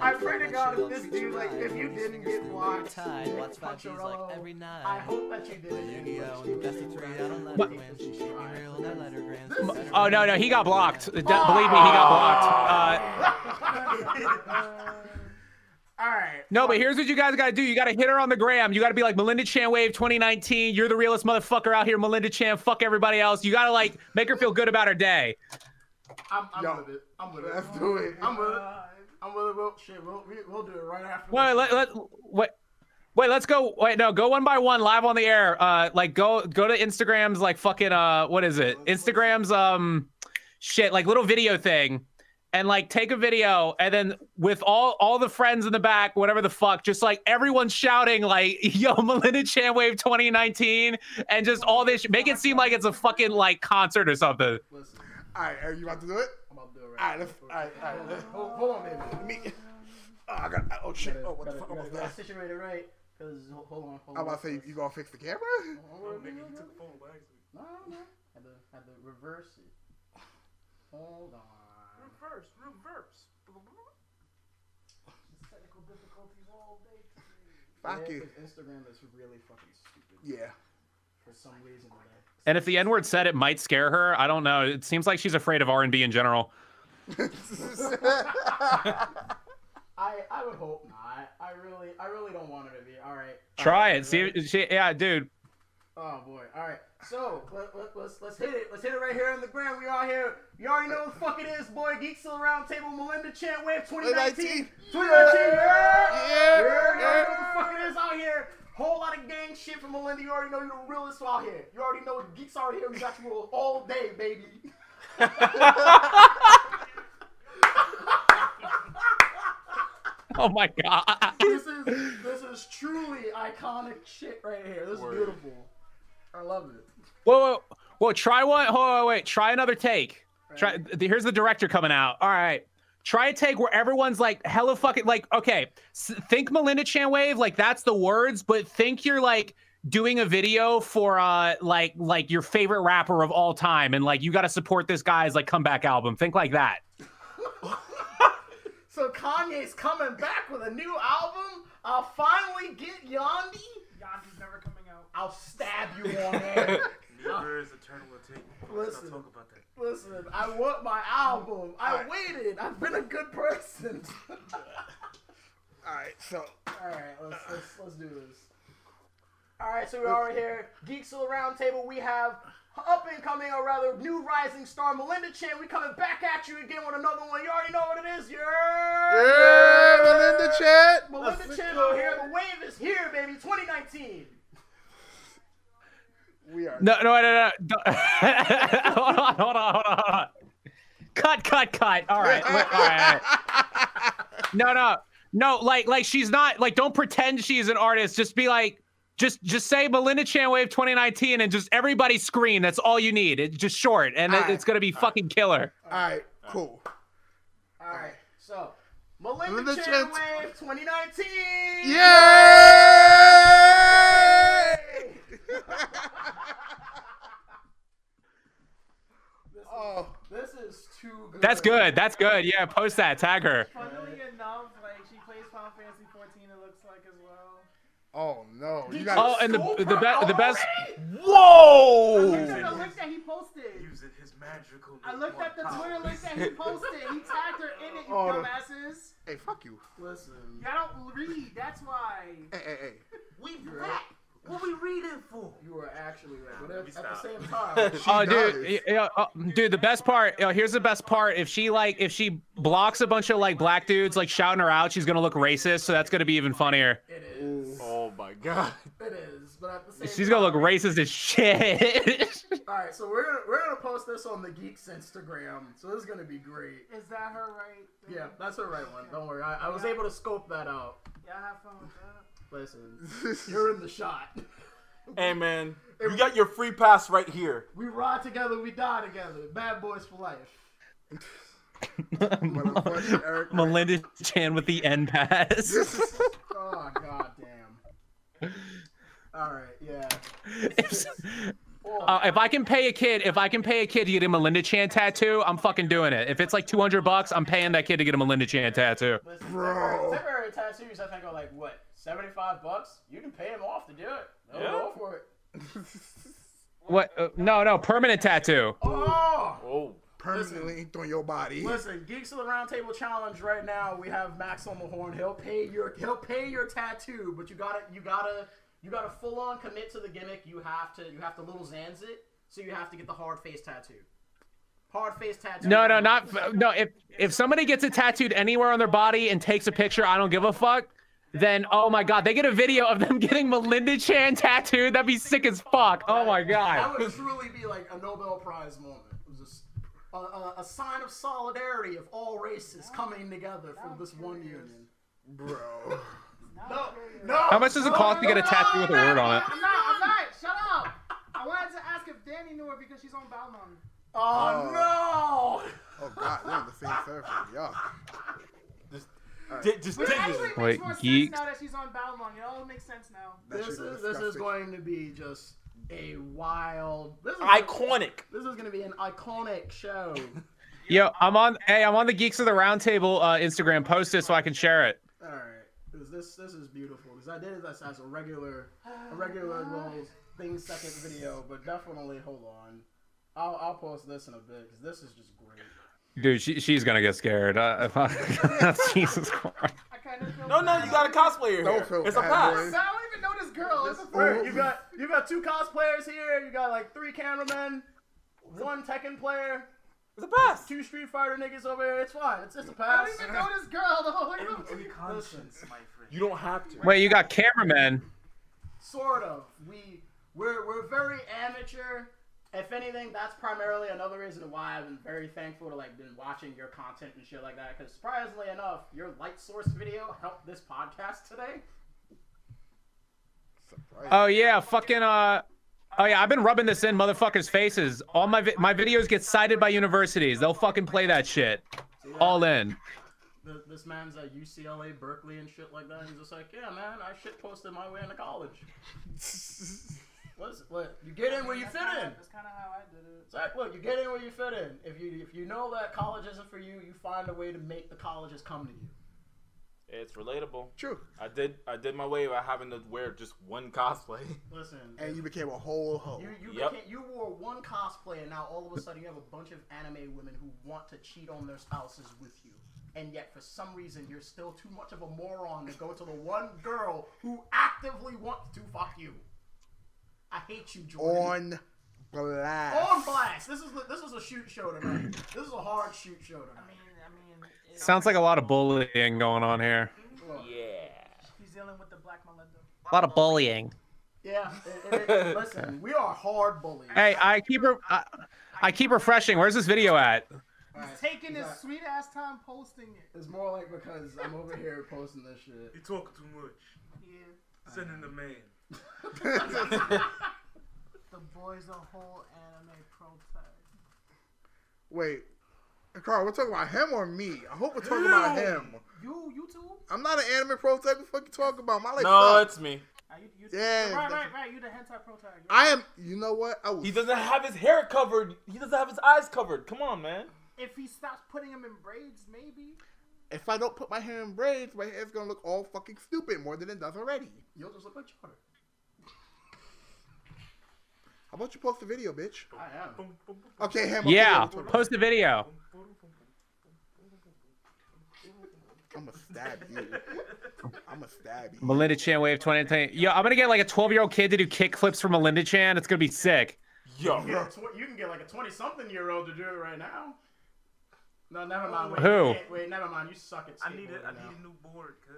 I pray to God if this dude, like, if you didn't get blocked,
Tide, watch
like,
five G's like every night.
I hope that you did.
Yu-Gi-Oh! and Best of three, I don't let her
But-
win. She should be real, no letter grams.
Oh no, no, he got blocked. D- believe me, he got blocked. Uh,
Alright.
No, but here's what you guys gotta do. You gotta hit her on the gram. You gotta be like Melinda Chan Wave 2019. You're the realest motherfucker out here, Melinda Chan. Fuck everybody else. You gotta like make her feel good about her day.
I'm, I'm
Yo,
with it. I'm with it.
Let's do it.
I'm with it. I'm with it. We'll, shit, we'll, we- we'll do it right after.
Wait,
this.
let, let wait. Wait, let's go. Wait, no, go one by one, live on the air. Uh, like go go to Instagram's like fucking uh, what is it? Instagram's um, shit, like little video thing, and like take a video and then with all all the friends in the back, whatever the fuck, just like everyone shouting like "Yo, Melinda Chan Wave 2019" and just all this, shit. make it seem like it's a fucking like concert or something.
All right, are you about to do it? I'm about to do it right All right, let's, all right, all right. Let's, hold, hold on, baby. Let me. Oh, I got. Oh shit. Oh, what the fuck?
Gotta,
almost
gotta
lost it.
situate it right. Cause ho- hold on, hold
I'm
on.
about to say, you gonna fix the camera?
No, no. Had to, had to reverse it. Hold on.
Reverse, reverse.
Technical difficulties all day.
Fuck
Yeah,
you.
'cause Instagram is really fucking stupid
Yeah.
for some reason. today.
And if the N word said it might scare her, I don't know. It seems like she's afraid of R and B in general.
I I would hope not. I really I really don't want her to be. All right.
Try it. See, if she, yeah, dude.
Oh boy. All right. So let, let, let's let's hit it. Let's hit it right here on the ground. We are here. You already know what the fuck it is, boy. Geeksel Roundtable, Melinda Chant Wave 2019. 2019. Yeah.
Yeah.
You already know
Yeah.
what the fuck it is out here. Whole lot of gang shit from Melinda. You already know you're the realest out here. You already know the geeks out here. We got you all- all day, baby.
Oh my god.
This is this is truly iconic shit right here. This is beautiful. I love it.
Whoa, whoa, whoa! Try one. Hold on, wait. Try another take. Try. The, here's the director coming out. All right. Try a take where everyone's like, "Hello, fucking like." Okay, s- think Melinda Chan wave. Like that's the words, but think you're like doing a video for uh like like your favorite rapper of all time, and like you got to support this guy's like comeback album. Think like that.
So Kanye's coming back with a new album. I'll finally get Yandi.
Yandi's never coming out.
I'll stab you on air.
Neither is eternal will take. Let's
Listen.
not talk about that.
Listen, I want my album. I
Alright.
waited. I've been a good person. All
All right, so
right, let's, let's let's do this. All right, so we are here. Geeks of the Roundtable. We have up and coming, or rather, new rising star Melinda Chan. We coming back at you again with another one. You already know what it is. You're
yeah, Melinda Chat.
Melinda Chan out here. The wave is here, baby. 2019.
We are.
No, no, no, no. no. hold on, hold on, hold on, hold on. Cut, cut, cut. All right, wait, all right, all right. No, no, no. Like, like she's not. Like, don't pretend she's an artist. Just be like, just, just say Melinda Chan Wave 2019, and just everybody scream. That's all you need. It's just short, and it,
Alright.
it's gonna be fucking killer.
All right, cool.
All right, so Melinda,
Melinda
Chan,
Chan-
Wave 2019.
Yeah. oh,
This is too good.
That's good. That's good. Yeah, post that. Tag her.
Funnily enough, like she plays Final Fantasy 14. It looks like as well.
oh no, you got.
Oh, and the the best the best.
I
Whoa!
looked at the link that he posted.
Using his magical.
I looked at the
power.
Twitter link that he posted. He tagged her in it, you
Oh, no.
dumbasses.
hey, fuck you.
Listen,
Y'all don't read. That's why.
Hey, hey, hey.
We back. What we reading for?
you were actually right, but
Let me
at, at the
stop.
same time,
She
Oh,
does.
dude, y- yeah, oh, dude. The best part. Yo, here's the best part. If she like, if she blocks a bunch of like black dudes like shouting her out, she's gonna look racist. So that's gonna be even funnier.
it is.
Oh my god.
It is. But at the same
She's gonna look
time-
racist as shit.
All right, so we're gonna we're gonna post this on the Geeks Instagram. So this is gonna be great.
Is that her right?
Yeah, that's the right one. Don't worry. I, I was able to scope that out.
Y'all have fun with that.
Listen, you're in the shot.
Hey man, you got your free pass right here.
We ride together, we die together. Bad boys for life.
Motherfucker, Eric.
Melinda Chan with the end pass.
Oh god damn. All right, yeah.
if, uh, if I can pay a kid, if I can pay a kid to get a Melinda Chan tattoo, I'm fucking doing it. If it's like 200 bucks, I'm paying that kid to get a Melinda Chan tattoo.
Listen,
Bro.
Temporary, temporary tattoos, I think, are like what, seventy-five bucks? You can pay him off to do it. They'll go for it.
What? Uh, no, no, permanent tattoo.
Oh.
Oh.
Permanently inked on your body.
Listen, Geeks of the Roundtable challenge right now. We have Max on the horn. He'll pay your he'll pay your tattoo, but you gotta you gotta you gotta full on commit to the gimmick. You have to you have to little Zans it, so you have to get the hard face tattoo. Hard face tattoo.
No, no, not no. If if somebody gets it tattooed anywhere on their body and takes a picture, I don't give a fuck. Then oh my god, they get a video of them getting Melinda Chan tattooed. That'd be sick as fuck. Oh my god.
That would truly be like a Nobel Prize moment. It was just a, a, a sign of solidarity of all races coming together for this one union.
Bro.
No, no.
How much does it cost to get a tattoo with a word on it?
I'm not. I'm not. Shut up. I wanted to ask if Danny knew her because she's on Balmond.
Oh,
Oh god, they're in the same server. Yuck.
Just, just
Which
dig
actually
it.
makes
Wait,
more
geeks.
sense now that she's on Balmond. It all makes sense now.
That
This
shit was
is this is
disgusting.
going to be just a wild. This is
Iconic.
This is going to be an iconic show.
Yo, I'm on. Hey, I'm on the Geeks of the Roundtable uh, Instagram. Post it so I can share it.
all right, 'Cause this this is beautiful because I did this as a regular a regular little thing second video, but definitely hold on. I'll, I'll post this in a bit because this is just great.
Dude, she, she's gonna get scared. Uh, if I- Jesus Christ.
I kind of feel.
No, no, you got a cosplayer
Don't
here.
feel
It's a
bad,
pass.
boy.
I don't even know this girl. It's a
Alright,
Oh.
you got you got two cosplayers here. You got like three cameramen, one Tekken player,
It's a pass.
two Street Fighter niggas over here. It's fine. It's just a
I
pass.
don't even know this girl. The whole
In conscience, my friend.
You don't have to.
Wait, you got cameramen.
Sort of. We we're we're very amateur. If anything, that's primarily another reason why I've been very thankful to like been watching your content and shit like that. Because surprisingly enough, your light source video helped this podcast today.
Oh yeah, fucking. Uh, oh yeah, I've been rubbing this in motherfuckers' faces. All my vi- my videos get cited by universities. They'll fucking play that shit. All in.
Th- This man's at UCLA, Berkeley, and shit like that. He's just like, yeah, man, I shit posted my way into college. What's, what? You get in where you fit in.
That's kind of how I did it.
It's like, look, you get in where you fit in. If you if you know that college isn't for you, you find a way to make the colleges come to you.
It's relatable.
True.
I did I did my way by having to wear just one cosplay.
Listen,
And you became a whole hoe.
you you,
Yep.
became, you wore one cosplay, and now all of a sudden you have a bunch of anime women who want to cheat on their spouses with you. And yet, for some reason, you're still too much of a moron to go to the one girl who actively wants to fuck you. I hate you, Jordan.
On blast.
On blast. This is this is a shoot show tonight. this is a hard shoot show
I
tonight.
mean, I mean, it's-
Sounds like a lot of bullying going on here.
he's dealing with the black Melinda.
A lot of bullying.
Yeah. it- it- it- listen, we are hard bullies.
Hey, I keep re- I, I keep refreshing. Where's this video at?
Taking his
Right.
sweet ass time posting it.
It's more like because I'm over here posting this shit.
You talking too much.
Yeah,
Sending the man.
the boys a whole anime protest.
Wait. Carl, we're talking about him or me? I hope we're talking about him.
You, you too?
I'm not an anime pro type of fuck you talking about. My life
No,
sucks.
it's me.
Are you, you
Yeah,
right,
that's-
right, right. You the hentai protag.
I am you know what? I was
He doesn't have his hair covered. He doesn't have his eyes covered. Come on, man.
If he stops putting him in braids, maybe.
if I don't put my hair in braids, my hair's gonna look all fucking stupid more than it does already.
You'll just look like Jordan.
How about you post the video, bitch?
I am.
Okay, him. okay,
Yeah,
I'm gonna-
post a video.
I'm gonna stab you. I'm gonna stab you.
Melinda Chan Wave 2010. Yo, I'm gonna get like a 12 year old kid to do kick flips for Melinda Chan. It's gonna be sick.
Yo.
Yeah, tw- you can get like a 20 something year old to do it right now. No, never mind. Wait,
Who?
Wait, wait, never mind. You suck at
I need a, I
skateboarding
need a new board, cuz.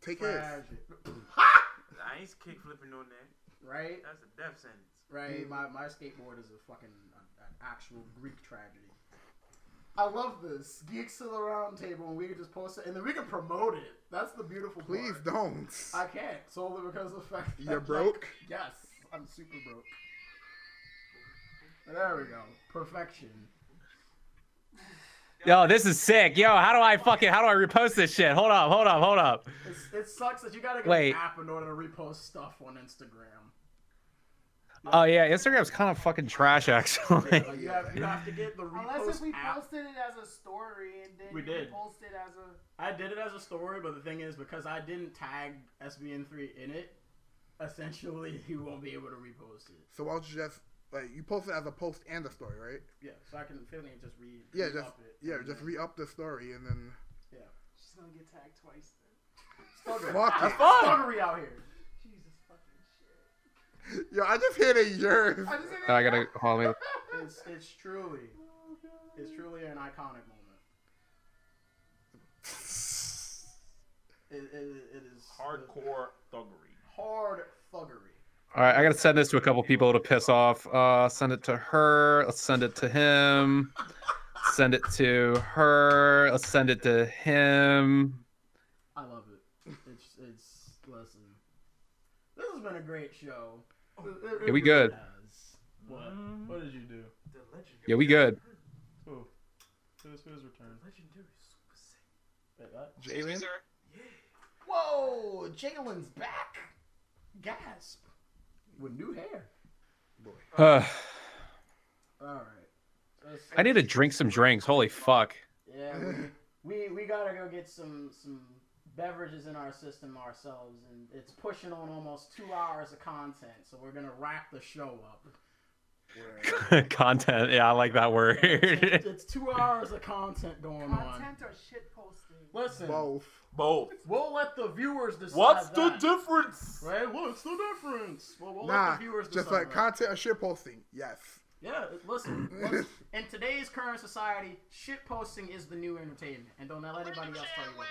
Take
now.
his.
I ain't kick flipping on that.
Right?
That's a death sentence.
Right? My, my skateboard is a fucking an actual Greek tragedy. I love this. Geeks to the round table, and we can just post it, and then we can promote it. That's the beautiful
Please
part.
don't.
I can't solely because of the fact that,
You're broke?
like, yes, I'm super broke. There we go. Perfection.
Yo, this is sick. Yo, how do I fucking how do I repost this shit? Hold up, hold up, hold up.
It's, it sucks that you gotta get
Wait.
an app in order to repost stuff on Instagram.
Oh yeah, Instagram's kind of fucking trash actually.
Like, you, have, you have to get the
Unless if
repost
we
app.
posted it as a story and then
We
you
did.
post it as a.
I did it as a story, but the thing is, because I didn't tag SBN3 in it, essentially he won't be able to repost it.
So why don't you just like you post it as a post and a story, right?
Yeah, so I can feel it just read.
Yeah, just
re-up it.
yeah, just re up the story and then
Yeah.
She's gonna get tagged twice. Then.
Stuggery.
fuck it.
Stuggery out here.
Jesus fucking shit.
Yo, I just hear the yours.
I just said
I gotta hold me.
It's it's truly, it's truly an iconic moment. It, it, it is
Hardcore thuggery.
hard thuggery.
All right, I gotta send this to a couple people to piss off. Uh, send it to her. Let's send it to him.
Let's send it to her. Let's send it to him.
I love it. It's it's listen. This has been a great show. It- it-
Yeah, we good.
What?
Mm-hmm.
What did you do? The legend.
Yeah, we good.
Who? Who's who's return? Legendary Super Saiyan. Wait, what?
Jalen?
Whoa, Jalen's back. Gasp. With new hair.
Ugh.
All right. Let's-
I need to drink some drinks. Holy fuck.
Yeah, we, we we gotta go get some some beverages in our system ourselves, and it's pushing on almost two hours of content, so we're gonna wrap the show up.
Content. Yeah, I like that
It's,
word.
it's two hours of content going on.
or shit posting.
Listen,
Both.
we'll let the viewers decide.
What's the
that.
difference?
Right? What's the difference? Well, we'll let
Nah,
the viewers
just
decide
like
that.
content or shit posting. Yes.
Yeah, listen. listen, in today's current society, shit posting is the new entertainment, and don't let anybody else tell you what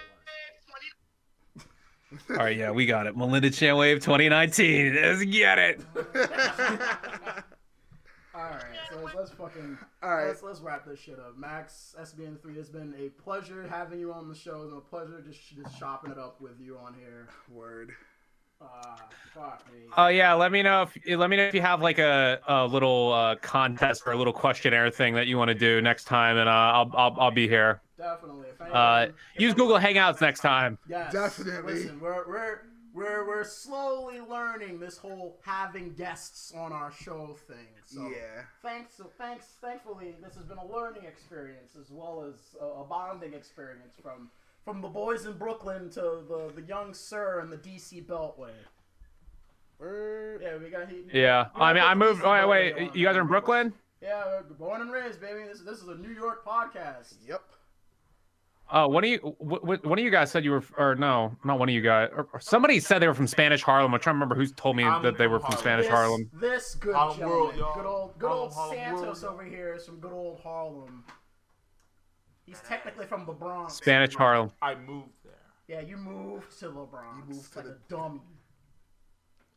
All right, yeah, we got it. Melinda Chan Wave 2019. Let's get it.
All right, so let's, let's fucking
All right.
Let's, let's wrap this shit up. Max SBN three, it's been a pleasure having you on the show. It's been a pleasure just just chopping it up with you on here.
Word.
Uh, fuck me.
Oh yeah, let me know if let me know if you have like a, a little uh, contest or a little questionnaire thing that you want to do next time, and uh, I'll, I'll I'll be here.
Definitely. If anyone,
Uh, use Google Hangouts next time.
yes,
definitely.
Listen, we're we're we're we're slowly learning this whole having guests on our show thing. So
Yeah.
Thanks, thanks, thankfully, this has been a learning experience as well as a, a bonding experience from from the boys in Brooklyn to the, the young sir in the DC Beltway. Yeah, we got heat.
Yeah, I mean, I moved. Oh, wait, wait, you guys are in Brooklyn?
Yeah, we're born and raised, baby. This this is a New York podcast.
Yep.
Oh, one of you, wh- wh- one of you guys said you were, or no, not one of you guys. Or, or somebody said they were from Spanish Harlem. I'm trying to remember who told me
I'm
that they were from
from
Spanish
this,
Harlem.
This good
Harlem
gentleman,
world, y'all.
good old good
Harlem,
old
Harlem
Santos
world.
over here is from good old Harlem. He's technically from the Bronx.
Spanish Harlem.
I moved there.
Yeah, you moved to the Bronx
moved to
like
the-
a dummy.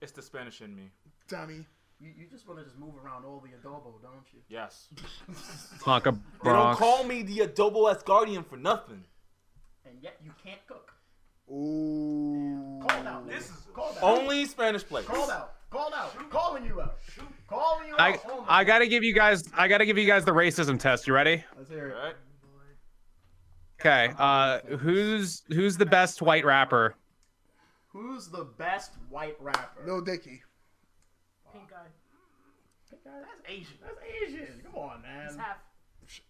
It's the Spanish in me.
Dummy.
You, you just want to just move around all the adobo, don't you?
Yes.
Tonka
They don't
Bronx.
call me the Adobo Asgardian for nothing.
And yet you can't cook.
Ooh.
Called out. This is called out.
Only Spanish place.
called out. Called out. Calling you out. Calling you
I
out. Oh my-
I gotta give you guys I gotta give you guys the racism test. You ready?
Let's hear it.
Alright.
Okay. Uh, who's who's the best white rapper?
Who's the best white rapper?
Lil Dicky.
Pink eye.
That's Asian. That's Asian. Come on, man.
It's half.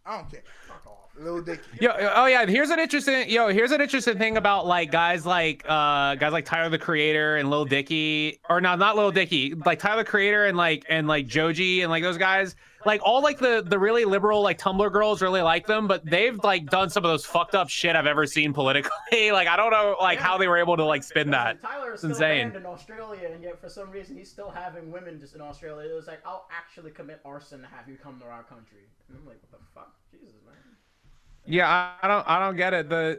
I don't care.
Fuck off.
Lil Dicky.
Yo, oh yeah. Here's an interesting yo. Here's an interesting thing about like guys like uh guys like Tyler the Creator and Lil Dicky, or no, not Lil Dicky, like Tyler the Creator and like and like Joji and like those guys. Like all like the the really liberal like Tumblr girls really like them, but they've like done some of those fucked up shit I've ever seen politically. Like I don't know like how they were able to like spin that.
Tyler is
It's
still
insane.
banned in Australia, and yet for some reason he's still having women just in Australia. It was like, I'll actually commit arson to have you come to our country. And I'm like, what the fuck? Jesus, man.
Yeah, I, I don't I don't get it. The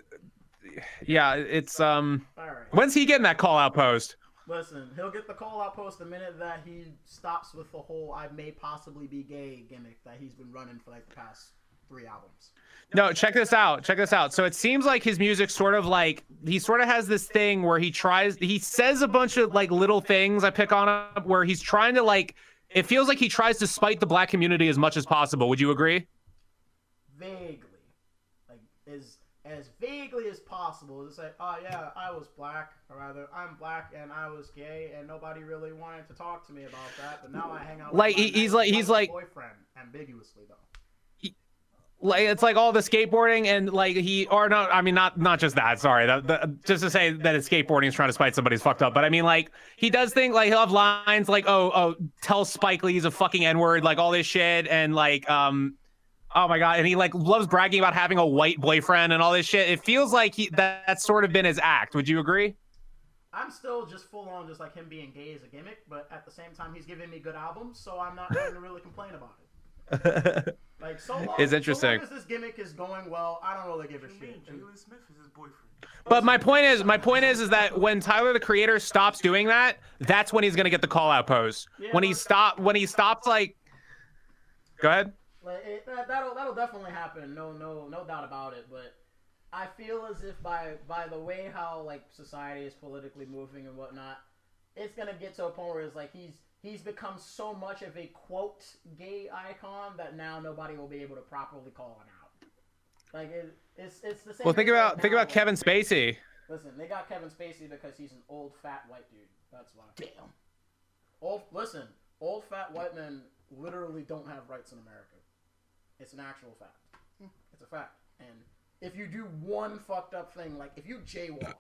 yeah, it's um.
All right.
When's he getting that call out post?
Listen, he'll get the call out post the minute that he stops with the whole I may possibly be gay gimmick that he's been running for like the past three albums.
No, check this out. Check this out. So it seems like his music sort of like he sort of has this thing where he tries he says a bunch of like little things I pick on up where he's trying to like it feels like he tries to spite the black community as much as possible. Would you agree?
Vaguely. Like as as vaguely as possible. It's like, oh yeah, I was black, or rather, I'm black and I was gay, and nobody really wanted to talk to me about that, but now I hang out
Like,
with my
he- he's
nice
like- he's
white
like-
boyfriend, ambiguously though.
like it's like all the skateboarding and like he or no i mean not not just that sorry that, that- just to say that it's skateboarding is trying to spite somebody's fucked up but i mean like he does think like he'll have lines like oh oh tell spike lee he's a fucking n-word like all this shit and like um oh my god and he like loves bragging about having a white boyfriend and all this shit it feels like he that, that's sort of been his act would you agree
I'm still just full on just like him being gay is a gimmick, but at the same time he's giving me good albums, so I'm not going to really complain about it. Like so long,
It's interesting.
So long as this gimmick is going well, I don't really give a shit.
Jalen Smith is his boyfriend.
but my point is my point is is that when tyler the creator stops doing that that's when he's gonna get the call out pose when he stop when he stops like go ahead
Like it, that, that'll that'll definitely happen. No, no, no doubt about it. But I feel as if by by the way how like society is politically moving and whatnot, it's gonna get to a point where it's like he's he's become so much of a quote gay icon that now nobody will be able to properly call him out. Like it, it's it's the same.
Well, think
thing
about
right
think
now,
about
like-
Kevin Spacey.
Listen, they got Kevin Spacey because he's an old fat white dude. That's why. Damn. Old listen, old fat white men literally don't have rights in America. It's an actual fact. It's a fact. And if you do one fucked up thing, like if you jaywalk,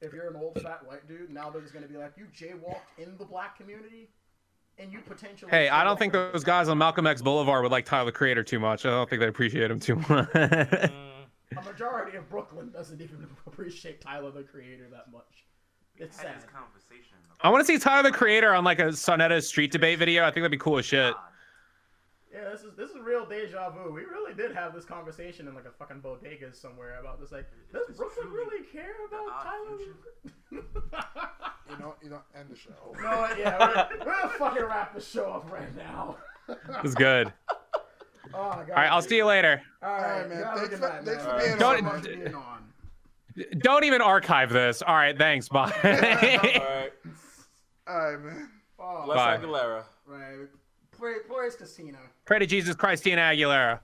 if you're an old fat white dude, now they're just gonna be like, you jaywalked in the black community, and you potentially.
Hey, I don't
jaywalked
think those guys on Malcolm X Boulevard would like Tyler the Creator too much. I don't think they appreciate him too much.
A majority of Brooklyn doesn't even appreciate Tyler the Creator that much. It's
Had
sad.
this conversation.
I want to see Tyler the Creator on like a Sonetta street debate video. I think that'd be cool as shit.
Uh,
Yeah, this is this is real deja vu. We really did have this conversation in like a fucking bodega somewhere about this. Like, does Brooklyn really care about Tyler?
You know, you don't end the show.
No, what? yeah, we're, we're gonna fucking wrap the show up right now. oh,
It's good.
God. All
All right, I'll see you later.
All right, man. Thanks for,
thanks
for
being Don't- on, man.
being on.
Don't even archive this. All right, thanks. Bye.
Alright.
All right, man.
Oh,
Bye.
Bless Aguilera.
Right. Play, Players Casino.
Pray to Jesus Christina Aguilera.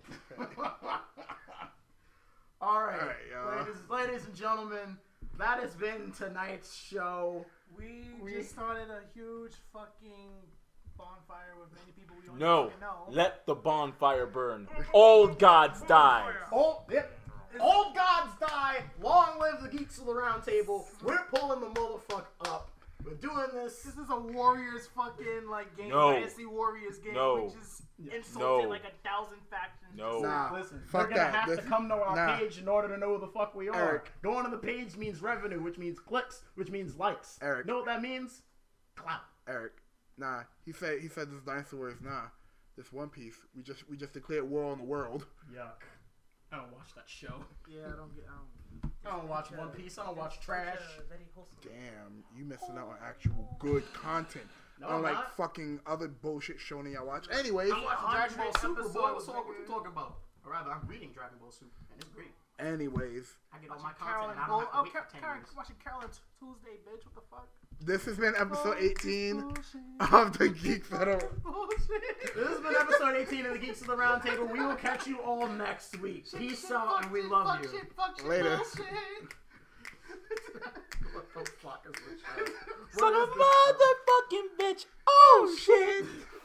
All right,
y'all.
ladies, ladies and gentlemen, that has been tonight's show.
We,
We-
just started a huge fucking bonfire with many people we don't
No.
even know.
Let the bonfire burn. All gods die.
Oh, yep. Old gods die. Long live the geeks of the round table. We're pulling the motherfucker up. We're doing this.
This is a Warriors fucking like game,
No.
fantasy Warriors game,
No.
which is insulted
No.
like a thousand factions.
No.
Nah, listen.
Fuck
they're gonna
that.
have to
This-
come to our
nah.
page in order to know who the fuck we are.
Eric.
Going to the page means revenue, which means clicks, which means likes.
Eric.
Know what that means? Clout.
Eric, nah. He said he said this dinosaur is nah. This One Piece. We just we just declared war on the world.
Yuck. I don't watch that show.
Yeah, I don't get. I don't.
I don't watch One Piece. I don't watch trash.
It's very wholesome.
Damn, you missing out on actual good content.
No, I'm
Unlike
not.
fucking other bullshit shonen y'all watch. Anyways,
I'm watching Dragon Ball Super, boy.
episodes,
What's all what you
nigga.
talking about? Or rather, I'm reading Dragon Ball Super, and it's great.
anyways,
I get all my
Carolyn,
content, and I
Bull-
don't have to
oh,
wait
Car-
for 10
Carolyn,
years.
watching Carolyn t- Tuesday, bitch. What the fuck?
this has been episode
Bullshit,
18
bullshit,
of the Geek Federal.
Bullshit.
This has been episode 18 of the Geeks of the Roundtable. We will catch you all next week. Peace out, and we love you.
Later.
What the fuck is this?
Son of motherfucking bitch. Oh shit.